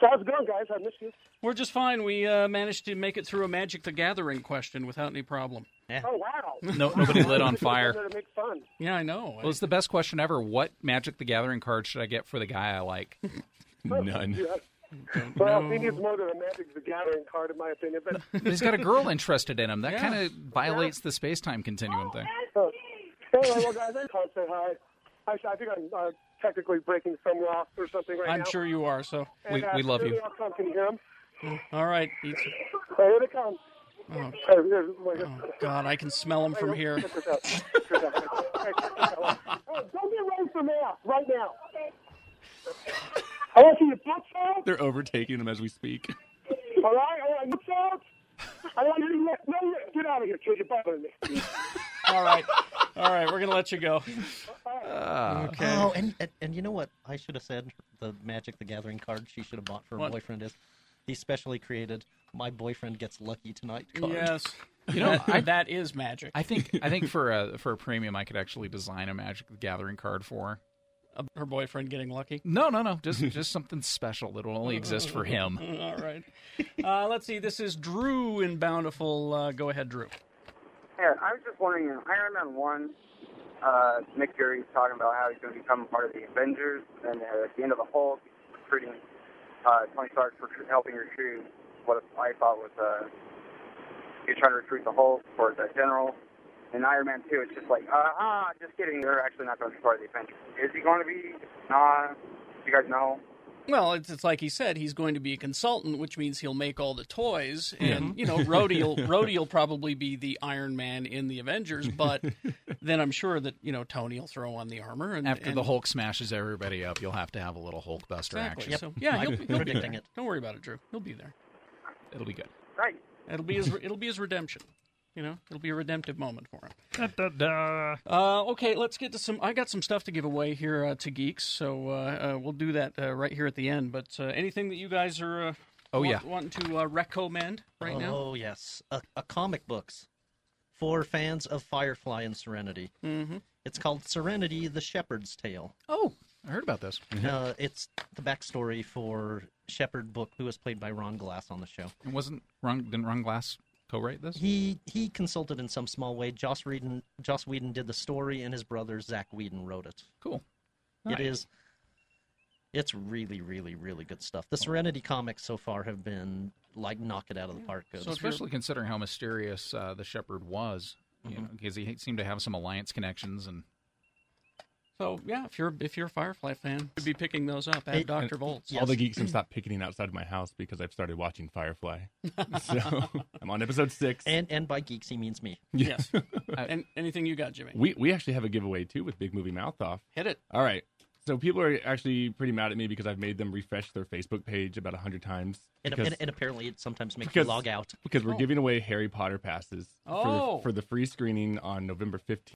M: So how's it going, guys? I miss you.
A: We're just fine. We uh, managed to make it through a Magic the Gathering question without any problem.
M: Oh wow.
E: No, nobody lit on
M: Just going
E: fire.
M: there to make fun.
A: Yeah, I know.
E: Well, it's the best question ever. What Magic the Gathering card should I get for the guy I like?
F: None.
M: Yeah.
A: I don't
M: Well,
A: know.
M: he needs more than a Magic the Gathering card, in my opinion. But
E: He's got a girl interested in him. That
A: Yeah.
E: kind of violates the space time continuum thing.
M: uh, anyway, well, guys, I can't say hi. I, I think I'm uh, technically breaking some law or something right
A: I'm
M: now.
A: sure you are. So,
M: And,
E: We-
M: uh,
E: we love
M: here
E: you.
M: they all come. Can you hear 'em?
A: all right. Eat-
M: Oh, here they come.
A: Oh,
M: Oh, here- wait,
A: oh, God, I can smell them from here.
M: check this out. Check this out. Hey, check this out. Hey, don't get ready for math right now. I want you to book out.
F: They're overtaking them as we speak.
M: All right, all right, books out. I want you to let, no, you- get out of here, kid. You're bothering me.
A: All right, all right. We're gonna let you go.
E: Ah.
A: Okay.
H: Oh, and, and and you know what? I should have said the Magic the Gathering card she should have bought for her
A: What?
H: boyfriend is the specially created "My boyfriend gets lucky tonight" card.
A: Yes.
E: You know,
A: That-
E: I,
A: that is magic.
E: I think I think for a for a premium, I could actually design a Magic the Gathering card for. her.
A: Her boyfriend getting lucky.
E: No, no, no. Just just something special that will only exist for him.
A: All right. Uh, let's see. This is Drew in Bountiful. Uh, go ahead, Drew.
N: Yeah, I was just wondering, in Iron Man 1, uh, Nick Fury's talking about how he's going to become part of the Avengers, and uh, at the end of the Hulk, recruiting uh, Tony Stark for helping recruit what I thought was uh, he was trying to recruit the Hulk for the general. In Iron Man 2, it's just like, ah, uh just kidding, they're actually not going to be part of the Avengers. Is he going to be? Nah, you guys know.
A: Well, it's, it's like he said, he's going to be a consultant, which means he'll make all the toys, and you know, Rhodey will, Rhodey will probably be the Iron Man in the Avengers, but then I'm sure that you know Tony will throw on the armor and
E: After
A: and-
E: the Hulk smashes everybody up, you'll have to have a little Hulk Buster
A: Exactly.
E: action.
A: So yeah, he'll, he'll be
E: Predicting
A: there. Don't worry about it, Drew. He'll be there.
E: It'll be good.
N: Right.
A: It'll be his. It'll be his redemption. You know, it'll be a redemptive moment for him.
O: Da, da, da.
A: Uh, okay, let's get to some. I got some stuff to give away here uh, to geeks, so uh, uh, we'll do that uh, right here at the end. But uh, anything that you guys are uh,
E: Oh,
A: want-
E: yeah.
A: wanting to uh, recommend right
H: oh,
A: now?
H: yes, a, a comic books for fans of Firefly and Serenity.
A: Mhm.
H: It's called Serenity: The Shepherd's Tale.
E: Mm-hmm. Oh, I heard about this.
H: Uh, it's the backstory for Shepherd Book, who was played by Ron Glass on the show.
E: And wasn't Ron didn't Ron Glass co-write this?
H: He he consulted in some small way. Joss Whedon Joss Whedon did the story, and his brother Zach Whedon wrote it.
E: Cool.
H: It is. It's really, really, really good stuff.
F: Oh.
H: The Serenity comics so far have been like knock it out of the park. good.
E: So especially considering how mysterious uh, the Shepherd was, you
A: Mm-hmm.
E: know, because he seemed to have some alliance connections and
A: So yeah, if you're if you're a Firefly fan, you'd be picking those up at Doctor Volts.
F: All the geeks have stopped picketing outside my house because I've started watching Firefly. so I'm on episode six.
H: And and by geeks he means me.
A: Yes. and anything you got, Jimmy?
F: We we actually have a giveaway too with Big Movie Mouth Off.
A: Hit it.
F: All right. So people are actually pretty mad at me because I've made them refresh their Facebook page about hundred times.
H: And,
F: because-
H: and, and apparently it sometimes makes
F: because-
H: you log out.
F: because
A: Oh.
F: we're giving away Harry Potter passes
H: Oh.
F: for, the, for the free screening on November 15th.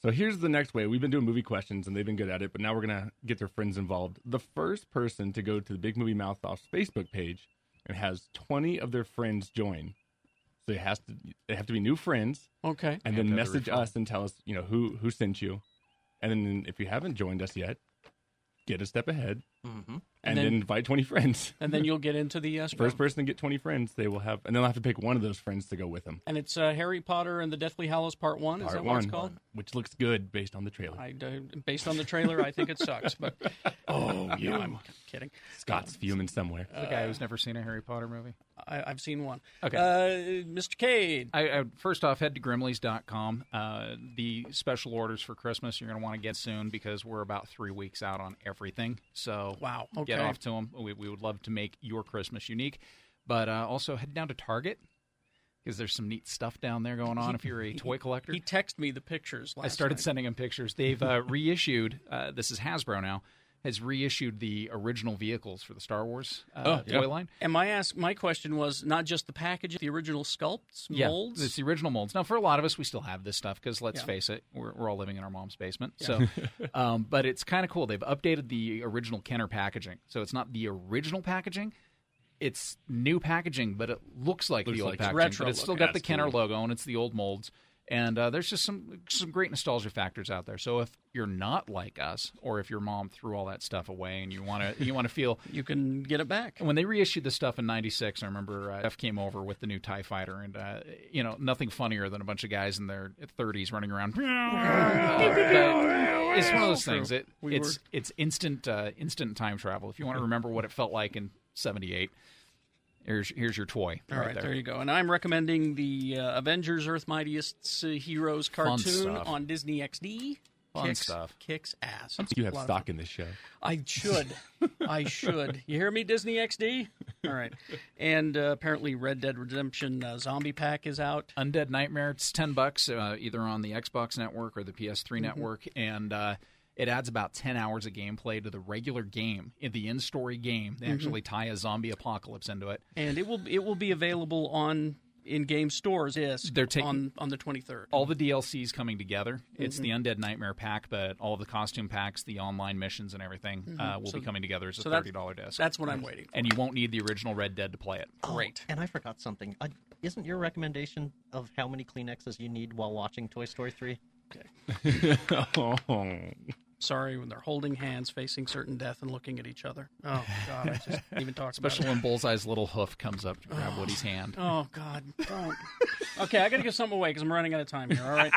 F: So here's the next way. We've been doing movie questions and they've been good at it, but now we're going to get their friends involved. The first person to go to the Big Movie Mouth Off's Facebook page and has 20 of their friends join. So it has to they have to be new friends.
A: Okay.
F: And
E: And
F: then
E: have to
F: message
E: refer.
F: us and tell us, you know, who who sent you. And then if you haven't joined us yet, get a step ahead.
H: Mm-hmm.
F: And,
A: And
F: then,
A: then-
F: invite 20 friends.
A: And then you'll get into the uh,
F: First person to get 20 friends, they will have, and they'll have to pick one of those friends to go with them.
A: And it's uh, Harry Potter and the Deathly Hallows Part One. is
F: Part
A: that what
F: one,
A: it's called?
F: Which looks good based on the trailer.
A: I, uh, based on the trailer, I think it sucks. But
F: Oh, you.
A: no, I'm kidding.
F: Scott's fuming somewhere.
A: Uh,
E: the guy who's never seen a Harry Potter movie.
A: I, I've seen one.
E: Okay.
A: Uh, Mr. Cade.
E: I, I, first off, head to Grimleys.com. Uh, the special orders for Christmas you're going to want to get soon because we're about three weeks out on everything. So
A: Wow, okay.
E: get off to them. We, we would love to make your Christmas unique. But uh, also head down to Target because there's some neat stuff down there going on if you're a toy collector.
A: He texted me the pictures last
E: I started
A: night.
E: sending him pictures. They've uh, reissued. Uh, this is Hasbro now. Has reissued the original vehicles for the Star Wars
A: Oh,
E: uh, toy line.
A: And my ask, my question was not just the package, the original sculpts, molds.
E: Yeah, it's the original molds. Now, for a lot of us, we still have this stuff because let's
A: Yeah.
E: face it, we're, we're all living in our mom's basement.
A: Yeah.
E: So, um, but it's kind of cool. They've updated the original Kenner packaging, so it's not the original packaging. It's new packaging, but it looks like
F: Looks
E: the old
F: like it's
E: packaging.
F: retro
E: but it's still
F: looking.
E: got the
F: That's
E: Kenner
F: cool.
E: logo, and it's the old molds. And uh, there's just some some great nostalgia factors out there. So if you're not like us, or if your mom threw all that stuff away and you want to you want to feel
A: you can get it back.
E: When they reissued the stuff in '96, I remember uh, Jeff came over with the new Tie Fighter, and uh, you know nothing funnier than a bunch of guys in their 30s running around. But it's one of those
A: True.
E: things. It,
A: We
E: it's
A: were-
E: it's instant uh, instant time travel. If you want to remember what it felt like in '78, here's here's your toy.
A: All right, there. you go. And I'm recommending the uh, Avengers: Earth Mightiest uh, Heroes cartoon
E: stuff.
A: on Disney XD.
E: Fun
A: kicks,
E: stuff.
A: Kicks ass.
F: You have
A: A lot of
F: stock in this show.
A: I should. I should. You hear me, Disney XD? All right. And uh, apparently, Red Dead Redemption uh, Zombie Pack is out.
E: Undead Nightmare. It's ten bucks, uh, either on the Xbox Network or the PS3
A: Mhm.
E: Network, and uh, it adds about ten hours of gameplay to the regular game. In the in-story game, they
A: Mhm.
E: actually tie a zombie apocalypse into it.
A: And it will it will be available on in game stores. Yes,
E: They're taking-
A: on on the 23rd.
E: All the DLCs coming together. It's
A: Mhm.
E: the Undead Nightmare pack, but all the costume packs, the online missions, and everything uh,
A: Mhm.
E: will
A: So-
E: be coming together as a
A: so that's-
E: thirty dollar disc. Mm-hmm.
A: that's what I'm waiting Oh.
E: And you won't need the original Red Dead to play it.
A: Great.
H: Oh, and I forgot something. I, isn't your recommendation of how many Kleenexes you need while watching Toy Story 3?
A: Sorry, when they're holding hands, facing certain death, and looking at each other. Oh God, I just didn't even talk
E: Especially
A: about
E: when
A: it.
E: Bullseye's little hoof comes up to grab Woody's hand.
A: Oh God, don't. Okay, I got to give something away because I'm running out of time here. All right.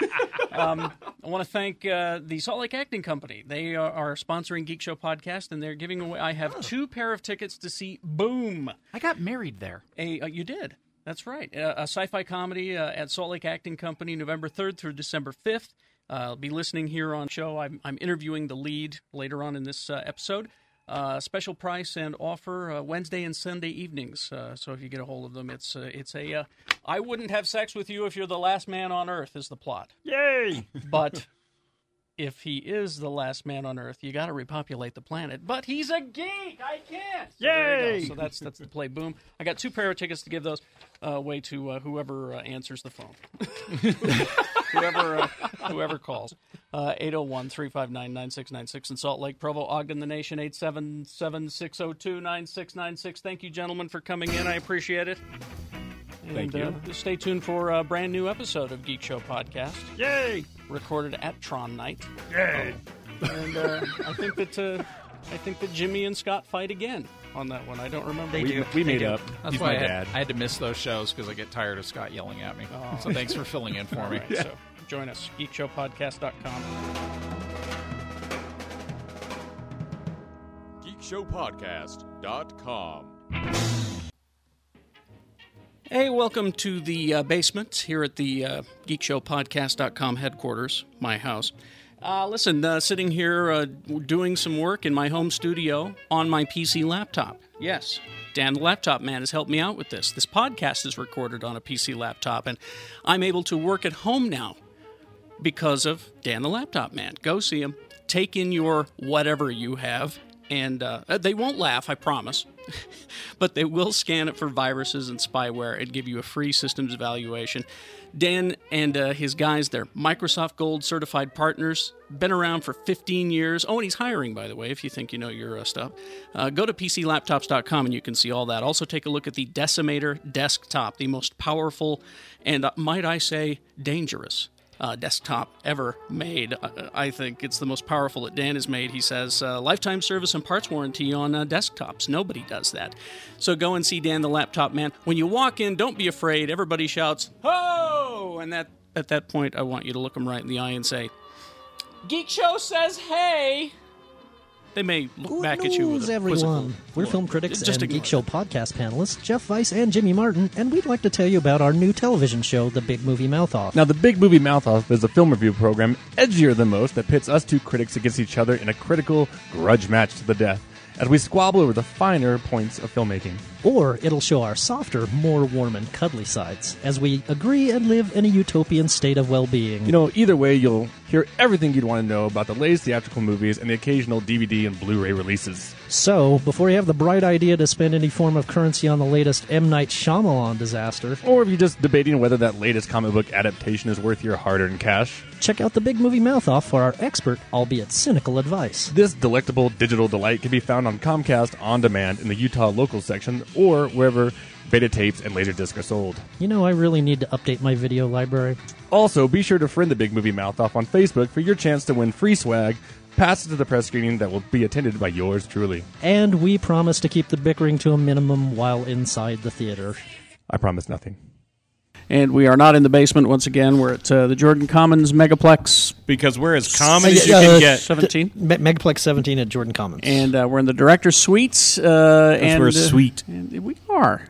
A: Um, I want to thank uh, the Salt Lake Acting Company. They are, are sponsoring Geek Show podcast, and they're giving away. I have two pair of tickets to see Boom.
E: Oh. I got married there.
A: A uh, you did. That's right. Uh, a sci-fi comedy uh, at Salt Lake Acting Company, November third through December fifth. Uh, I'll be listening here on show. I'm, I'm interviewing the lead later on in this uh, episode. Uh, special price and offer uh, Wednesday and Sunday evenings. Uh, so if you get a hold of them, it's uh, it's a uh, I wouldn't have sex with you if you're the last man on earth is the plot.
O: Yay!
A: But if he is the last man on earth, you got to repopulate the planet. But he's a geek. I can't. So there you go.
O: Yay!
A: So that's that's the play. Boom! I got two pair of tickets to give those uh, away to uh, whoever uh, answers the phone, whoever uh, whoever calls. Uh, Eight zero one three five nine nine six nine six in Salt Lake, Provo, Ogden, the Nation eight seven seven six zero two nine six nine six. Thank you, gentlemen, for coming in. I appreciate it.
O: Thank
A: and, Uh, stay tuned for a brand new episode of Geek Show Podcast.
O: Yay!
A: Recorded at Tron Night.
O: Yay!
A: And uh, I think that uh, I think that Jimmy and Scott fight again on that one. I don't remember.
E: We-
F: We
E: They
F: made
E: do.
F: up.
E: That's
F: He's
E: why
F: my
E: I had,
F: dad.
E: I had to miss those shows because I get tired of Scott yelling at me.
A: Oh.
E: So thanks for filling in for
A: All
E: me.
A: right, So join us, geekshowpodcast.com.
P: GeekShowPodcast.com.
A: Hey, welcome to the uh, basement here at the uh, geekshowpodcast.com headquarters, my house. Uh, listen, uh, sitting here uh, doing some work in my home studio on my PC laptop. Yes, Dan the Laptop Man has helped me out with this. This podcast is recorded on a PC laptop, and I'm able to work at home now because of Dan the Laptop Man. Go see him. Take in your whatever you have, and uh, they won't laugh, I promise. but they will scan it for viruses and spyware and give you a free systems evaluation. Dan and uh, his guys, they're Microsoft Gold certified partners, been around for 15 years. Oh, and he's hiring, by the way, if you think you know your uh, stuff. Uh, go to PCLaptops.com and you can see all that. Also, take a look at the Decimator desktop, the most powerful and, uh, might I say, dangerous uh, desktop ever made. I, I think it's the most powerful that Dan has made. He says uh, lifetime service and parts warranty on uh, desktops. Nobody does that. So go and see Dan the Laptop Man. When you walk in, don't be afraid. Everybody shouts, "Ho!" Oh, And that at that point, I want you to look them right in the eye and say, Geek Show says hey. They may look back at you with
B: News,
A: a quizzical
B: everyone. We're
A: look.
B: film critics and
A: Just ignore
B: Geek Show podcast panelists Jeff Weiss and Jimmy Martin, and we'd like to tell you about our new television show, The Big Movie Mouth Off.
F: Now, the Big Movie Mouth Off is a film review program edgier than most that pits us two critics against each other in a critical grudge match to the death as we squabble over the finer points of filmmaking.
B: Or it'll show our softer, more warm and cuddly sides as we agree and live in a utopian state of well being.
F: You know, either way, you'll hear everything you'd want to know about the latest theatrical movies and the occasional DVD and Blu ray releases.
B: So, before you have the bright idea to spend any form of currency on the latest M. Night Shyamalan disaster,
F: Or if you're just debating whether that latest comic book adaptation is worth your hard earned cash,
B: check out The Big Movie Mouth Off for our expert, albeit cynical, advice.
F: This delectable digital delight can be found on Comcast On Demand in the Utah local section or wherever beta tapes and Laserdisc are sold.
B: You know, I really need to update my video library.
F: Also, be sure to friend the Big Movie Mouth Off on Facebook for your chance to win free swag, passes to the press screening that will be attended by yours truly.
B: And we promise to keep the bickering to a minimum while inside the theater.
F: I promise nothing.
A: And we are not in the basement once again. We're at uh, the Jordan Commons Megaplex.
P: Because we're as
B: Uh,
A: Seventeen.
B: d- Me- Megaplex 17 at Jordan Commons.
A: And uh, we're in the director's suites. Uh, and,
P: we're a
A: uh,
P: suite.
A: and we are.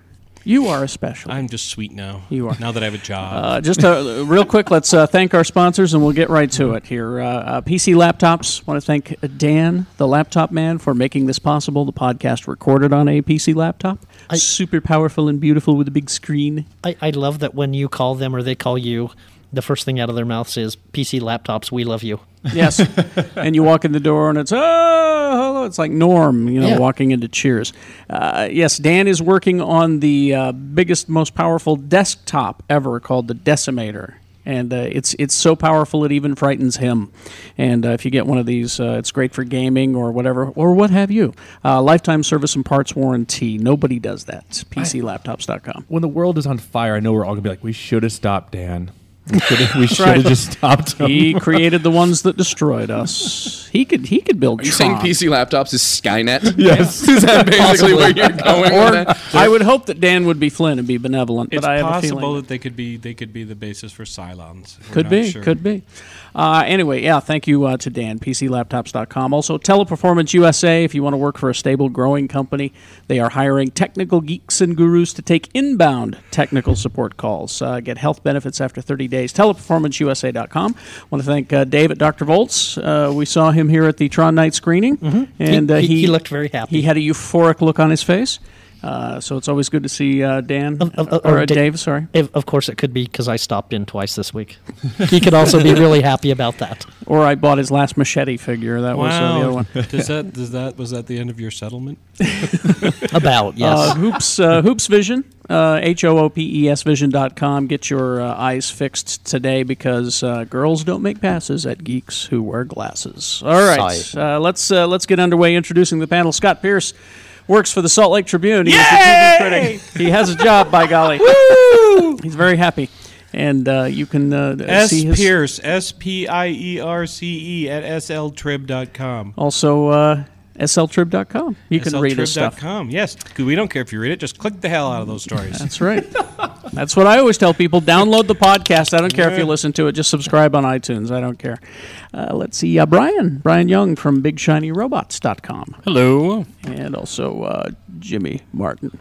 A: You are especial.
Q: I'm just sweet now.
A: You are.
Q: Now that I have a job.
A: Uh, just uh, real quick, let's uh, thank our sponsors and we'll get right to it here. Uh, uh, PC Laptops, want to thank Dan, the laptop man, for making this possible. The podcast recorded on a PC laptop. Super powerful and beautiful with a big screen.
B: I, I love that when you call them or they call you, the first thing out of their mouths is PC laptops, we love you.
A: Yes. and you walk in the door and it's, oh, hello. It's like Norm, you know,
B: Yeah.
A: walking into Cheers. Uh, yes, Dan is working on the uh, biggest, most powerful desktop ever called the Decimator. And uh, it's it's so powerful it even frightens him. And uh, if you get one of these, uh, it's great for gaming or whatever or what have you. Uh, lifetime service and parts warranty. Nobody does that. PCLaptops.com.
P: When the world is on fire, I know we're all going to be like, we should have stopped, Dan. We should have we
A: That's
P: should have
A: right.
P: just stopped him.
A: He created the ones that destroyed us. He could he could build.
R: Are you saying
A: Tron.
R: PC laptops is Skynet?
P: Yes.
R: is that basically where you're going
A: Or
R: with that?
A: I would hope that Dan would be Flynn and be benevolent,
Q: it's
A: but I have a
Q: possible
A: feeling
Q: that they could be they could be the basis for Cylons. We're
A: could
Q: not
A: be,
Q: sure.
A: could be. Uh, anyway, yeah, thank you uh, to Dan, PCLaptops.com. Also, Teleperformance USA, if you want to work for a stable, growing company, they are hiring technical geeks and gurus to take inbound technical support calls. Uh, get health benefits after 30 days. Teleperformanceusa.com. want to thank uh, Dave at Dr. Volts. Uh, we saw him here at the Tron Night screening, and uh,
B: He- he looked very happy.
A: He had a euphoric look on his face. Uh, so it's always good to see uh, Dan
B: Um,
A: uh, or uh,
B: Da-
A: Dave. Sorry,
B: If, of course, it could be because I stopped in twice this week. he could also be really happy about that.
A: Or I bought his last machete figure. That was uh, the other one.
Q: does that does that was that the end of your settlement?
B: About,
A: Uh, hoops, uh, hoops Vision, uh, H O O P E S Vision.com. Get your uh, eyes fixed today because uh, girls don't make passes at geeks who wear glasses. All right,
B: Sigh.
A: uh, let's uh, let's get underway introducing the panel. Scott Pierce works for the Salt Lake Tribune. He's a TV critic. He has a job, by golly. He's very happy. And uh, you can uh,
Q: S
A: see his.
Q: Pierce, S P I E R C E at sltrib.com.
A: Also, uh, sltrib.com. You can read his stuff.
Q: sltrib.com. Yes, we don't care if you read it. Just click the hell out of those stories.
A: That's right. That's what I always tell people. Download the podcast. I don't care if you
Q: Yeah.
A: listen to it. Just subscribe on iTunes. I don't care. Uh, let's see. Uh, Brian. Brian Young from BigShinyRobots.com.
Q: Hello.
A: And also uh, Jimmy Martin.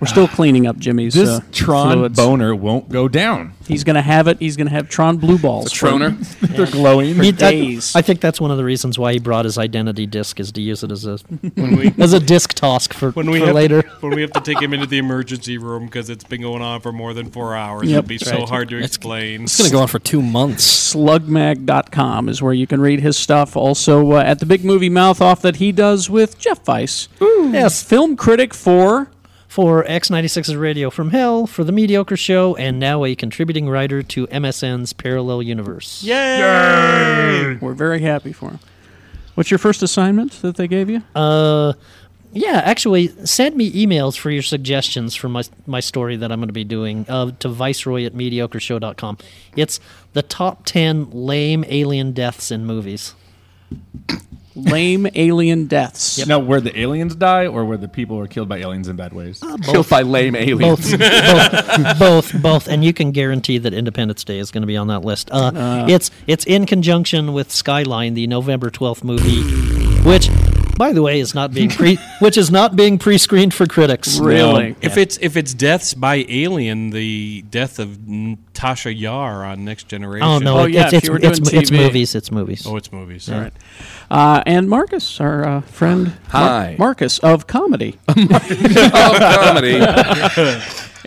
A: We're still cleaning up Jimmy's
F: This
A: uh,
F: Tron
A: fluids.
F: boner won't go down.
A: He's going to have it. He's going to have Tron blue balls. for-
F: They're glowing.
A: For
B: He- that-
A: days.
B: I, think that's one of the reasons why he brought his identity disc is to use it as a as a disc task for,
Q: When we
B: for
Q: have,
B: later.
Q: when we have to take him into the emergency room because it's been going on for more than four hours,
A: Yep.
Q: it'll be
A: That's
Q: so
A: right.
Q: hard to
A: It's-
Q: explain.
A: it's gonna go on
B: for two months.
A: Slugmag.com is where you can read his stuff. Also, uh, at the big movie mouth off that he does with Jeff Weiss. Yes. Film critic for.
B: For X96's Radio from Hell, for The Mediocre Show, and now a contributing writer to MSN's Parallel Universe.
A: Yay! We're very happy for him. What's your first assignment that they gave you?
B: Uh, yeah, actually, send me emails for your suggestions for my, my story that I'm going to be doing uh, to viceroy at mediocreshow.com. It's the top 10 lame alien deaths in movies.
A: Lame alien deaths.
F: Now, where the aliens die or where the people are killed by aliens in bad ways?
R: Uh,
B: both.
F: Killed by lame aliens.
B: Both, both, both, both, and you can guarantee that Independence Day is going to be on that list. Uh,
A: Uh.
B: It's it's in conjunction with Skyline, the November twelfth movie, which, by the way, is not being pre which is not being pre screened for critics.
Q: No. If it's if it's deaths by alien, the death of N- Tasha Yar on Next Generation.
B: Oh, no, Oh, it- yeah, it's- if you were it's- doing it's TV. movies, it's movies.
Q: Oh, it's movies.
A: All right. Uh, and Marcus, our uh, friend. Mar-
Q: Hi.
A: Marcus of comedy.
R: comedy.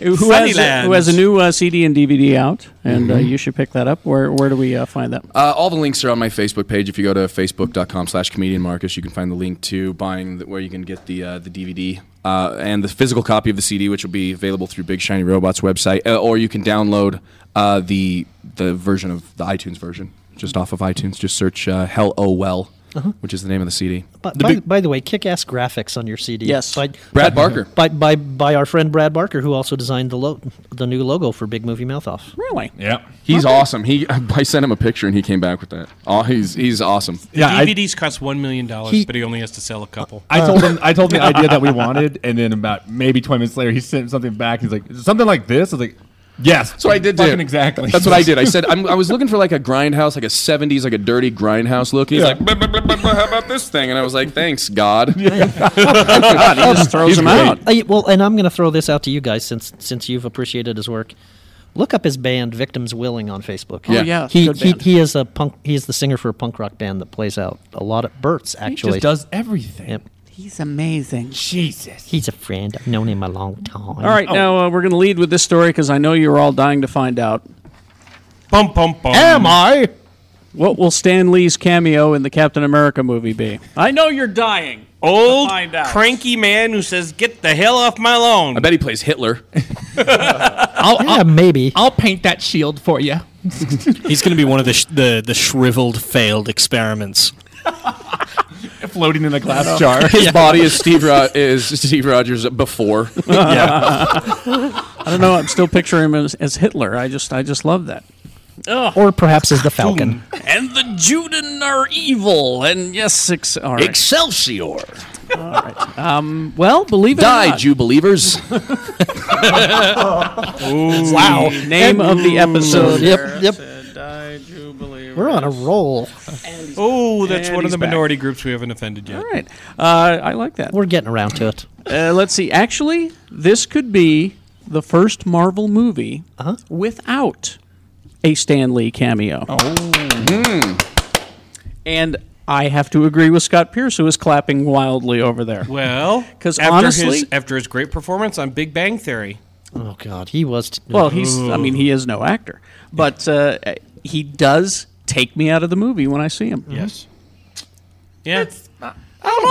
A: who, has a, who has a
R: Sunnylands.
A: new uh, CD and DVD out, and
Q: Mm-hmm.
A: uh, you should pick that up. Where where do we uh, find that?
R: Uh, all the links are on my Facebook page. If you go to facebook.com slash comedian Marcus, you can find the link to buying the, where you can get the uh, the DVD uh, and the physical copy of the CD, which will be available through Big Shiny Robots website, uh, or you can download uh, the the version of the iTunes version just off of iTunes. Just search uh, Hell Oh Well,
B: Uh-huh.
R: which is the name of the CD.
B: But,
R: The
B: by,
R: big-
B: by the way, kick-ass graphics on your CD.
R: Yes.
B: by,
R: Brad
B: by-
R: Barker.
B: by, by by our friend Brad Barker, who also designed the lo- the new logo for Big Movie Mouth Off.
A: Really?
R: yeah, he's awesome. He I sent him a picture and he came back with that. Oh, he's he's awesome.
Q: The DVDs cost one million dollars, but he only has to sell a couple.
F: I told him I
R: Uh.
F: told him the idea that we wanted, and then about maybe twenty minutes later, he sent something back. He's like, something like this. I was like, yes.
R: So I did do.
F: fucking exactly.
R: That's what I did. I said I'm, I was looking for like a grindhouse, like a '70s, like a dirty grindhouse look. And he's
F: Yeah.
R: like, "Blah, blah, blah, blah, blah, "How about this thing?" And I was like, "Thanks, God." He's great.
B: Uh, yeah, well, and I'm going to throw this out to you guys since since you've appreciated his work. Look up his band, Victims Willing, on Facebook.
A: Oh, Yeah. yeah,
B: he
A: good
B: he,
A: band.
B: he is a punk. He is the singer for a punk rock band that plays out a lot at Burt's. Actually,
F: does everything.
A: He's amazing.
F: Jesus,
B: he's a friend. I've known him a long time.
A: All
Q: oh.
R: Oh.
A: right, now uh, we're going to lead with this story because I know you're all dying to find out.
Q: Bum bum bum.
A: Am I? What will Stan Lee's cameo in the Captain America movie be? I know you're dying.
Q: Old
A: find out.
Q: cranky man who says, "Get the hell off my lawn." I
R: bet he plays Hitler.
B: I'll, maybe
F: I'll paint that shield for you.
C: He's going to be one of the, sh- the the shriveled failed experiments.
F: Floating in a glass jar.
R: His body is Steve Ro- is Steve Rogers before.
A: I don't know. I'm still picturing him as, as Hitler. I just I just love that.
R: Oh.
B: Or perhaps as the Falcon.
A: And the Juden are evil. And yes, ex- all right.
R: Excelsior. All
A: right. Um, well, believe it or
R: Die,
A: not.
R: Jew believers.
A: wow. Name of the episode.
B: Yep, yep. We're on a roll.
Q: Oh, that's
A: And
Q: one of
A: he's
Q: the
A: back.
Q: minority groups we haven't offended yet.
A: All right. Uh, I like that.
B: We're getting around to it.
A: Uh, let's see.
B: Uh-huh.
A: Actually, this could be the first Marvel movie without a Stan Lee cameo. Oh. And I have to agree with Scott Pierce, who is clapping wildly over there.
Q: Well,
A: 'Cause
Q: after
A: honestly-
Q: his, after his great performance on Big Bang Theory,
B: Oh God, he was. T-
A: Well, he's. I mean, he is no actor, but uh, he does take me out of the movie when I see him.
Q: Yes. yeah,
A: don't
Q: look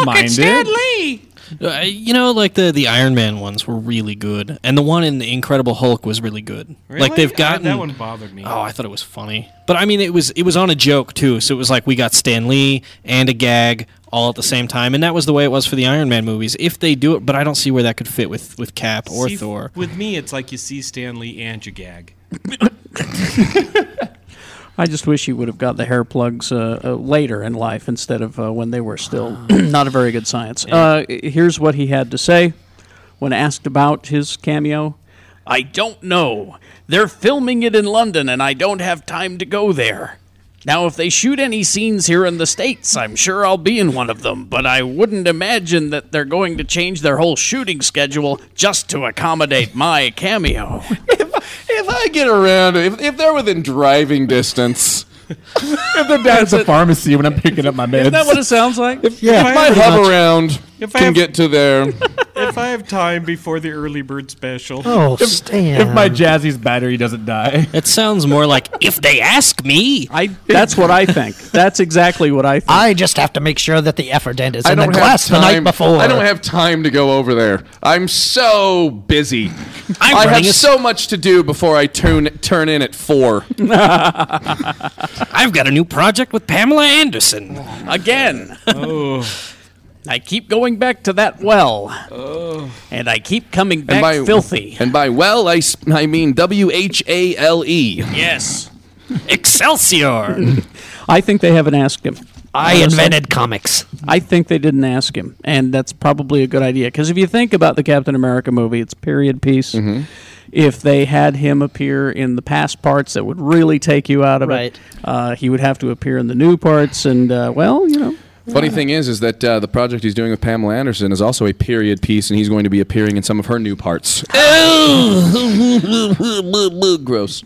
Q: at
A: mind
Q: Stan
A: it.
Q: Lee.
C: Uh, you know, like the the Iron Man ones were really good, and the one in the Incredible Hulk was really good. Like
Q: Really?
C: they've gotten
Q: I- that one bothered me.
C: Oh, I thought it was funny, but I mean, it was it was on a joke too. So it was like we got Stan Lee and a gag all at the same time, and that was the way it was for the Iron Man movies. If they do it, but I don't see where that could fit with with Cap or
Q: See,
C: Thor.
Q: With me, it's like you see Stan Lee and you gag.
A: I just wish he would have got the hair plugs uh, uh, later in life instead of uh, when they were still not a very good science. Uh, here's what he had to say when asked about his cameo. I don't know. They're filming it in London, and I don't have time to go there. Now, if they shoot any scenes here in the States, I'm sure I'll be in one of them, but I wouldn't imagine that they're going to change their whole shooting schedule just to accommodate my cameo.
R: If I get around, if, if they're within driving distance,
F: if they're down at the pharmacy when I'm picking up my meds.
A: Isn't that what it sounds like?
F: yeah,
R: if I hub
F: pretty much.
R: around,
Q: If I
R: can
Q: have-
R: get to there.
Q: if I have time before the early bird special.
A: Oh,
F: if, If my Jazzy's battery doesn't die.
C: It sounds more like if they ask me.
A: I that's what I think. That's exactly what I think.
B: I just have to make sure that the effordent is
R: I
B: in the
R: don't have
B: glass the night
R: time.
B: before.
R: I don't have time to go over there. I'm so busy. I have
C: running a-
R: so much to do before I turn turn in at four.
C: I've got a new project with Pamela Anderson.
A: again. I keep going back to that well,
R: Oh.
A: and I keep coming back filthy.
R: And by well, I, s- I mean W H A L E.
A: Yes,
C: Excelsior!
A: I think they haven't asked him.
B: I invented comics.
A: I think they didn't ask him, and that's probably a good idea. Because if you think about the Captain America movie, it's a period piece.
R: Mm-hmm.
A: If they had him appear in the past parts, that would really take you out of
B: Right.
A: it. Uh, he would have to appear in the new parts, and uh, well, you know.
R: Funny thing is, is that uh, the project he's doing with Pamela Anderson is also a period piece, and he's going to be appearing in some of her new parts. Gross.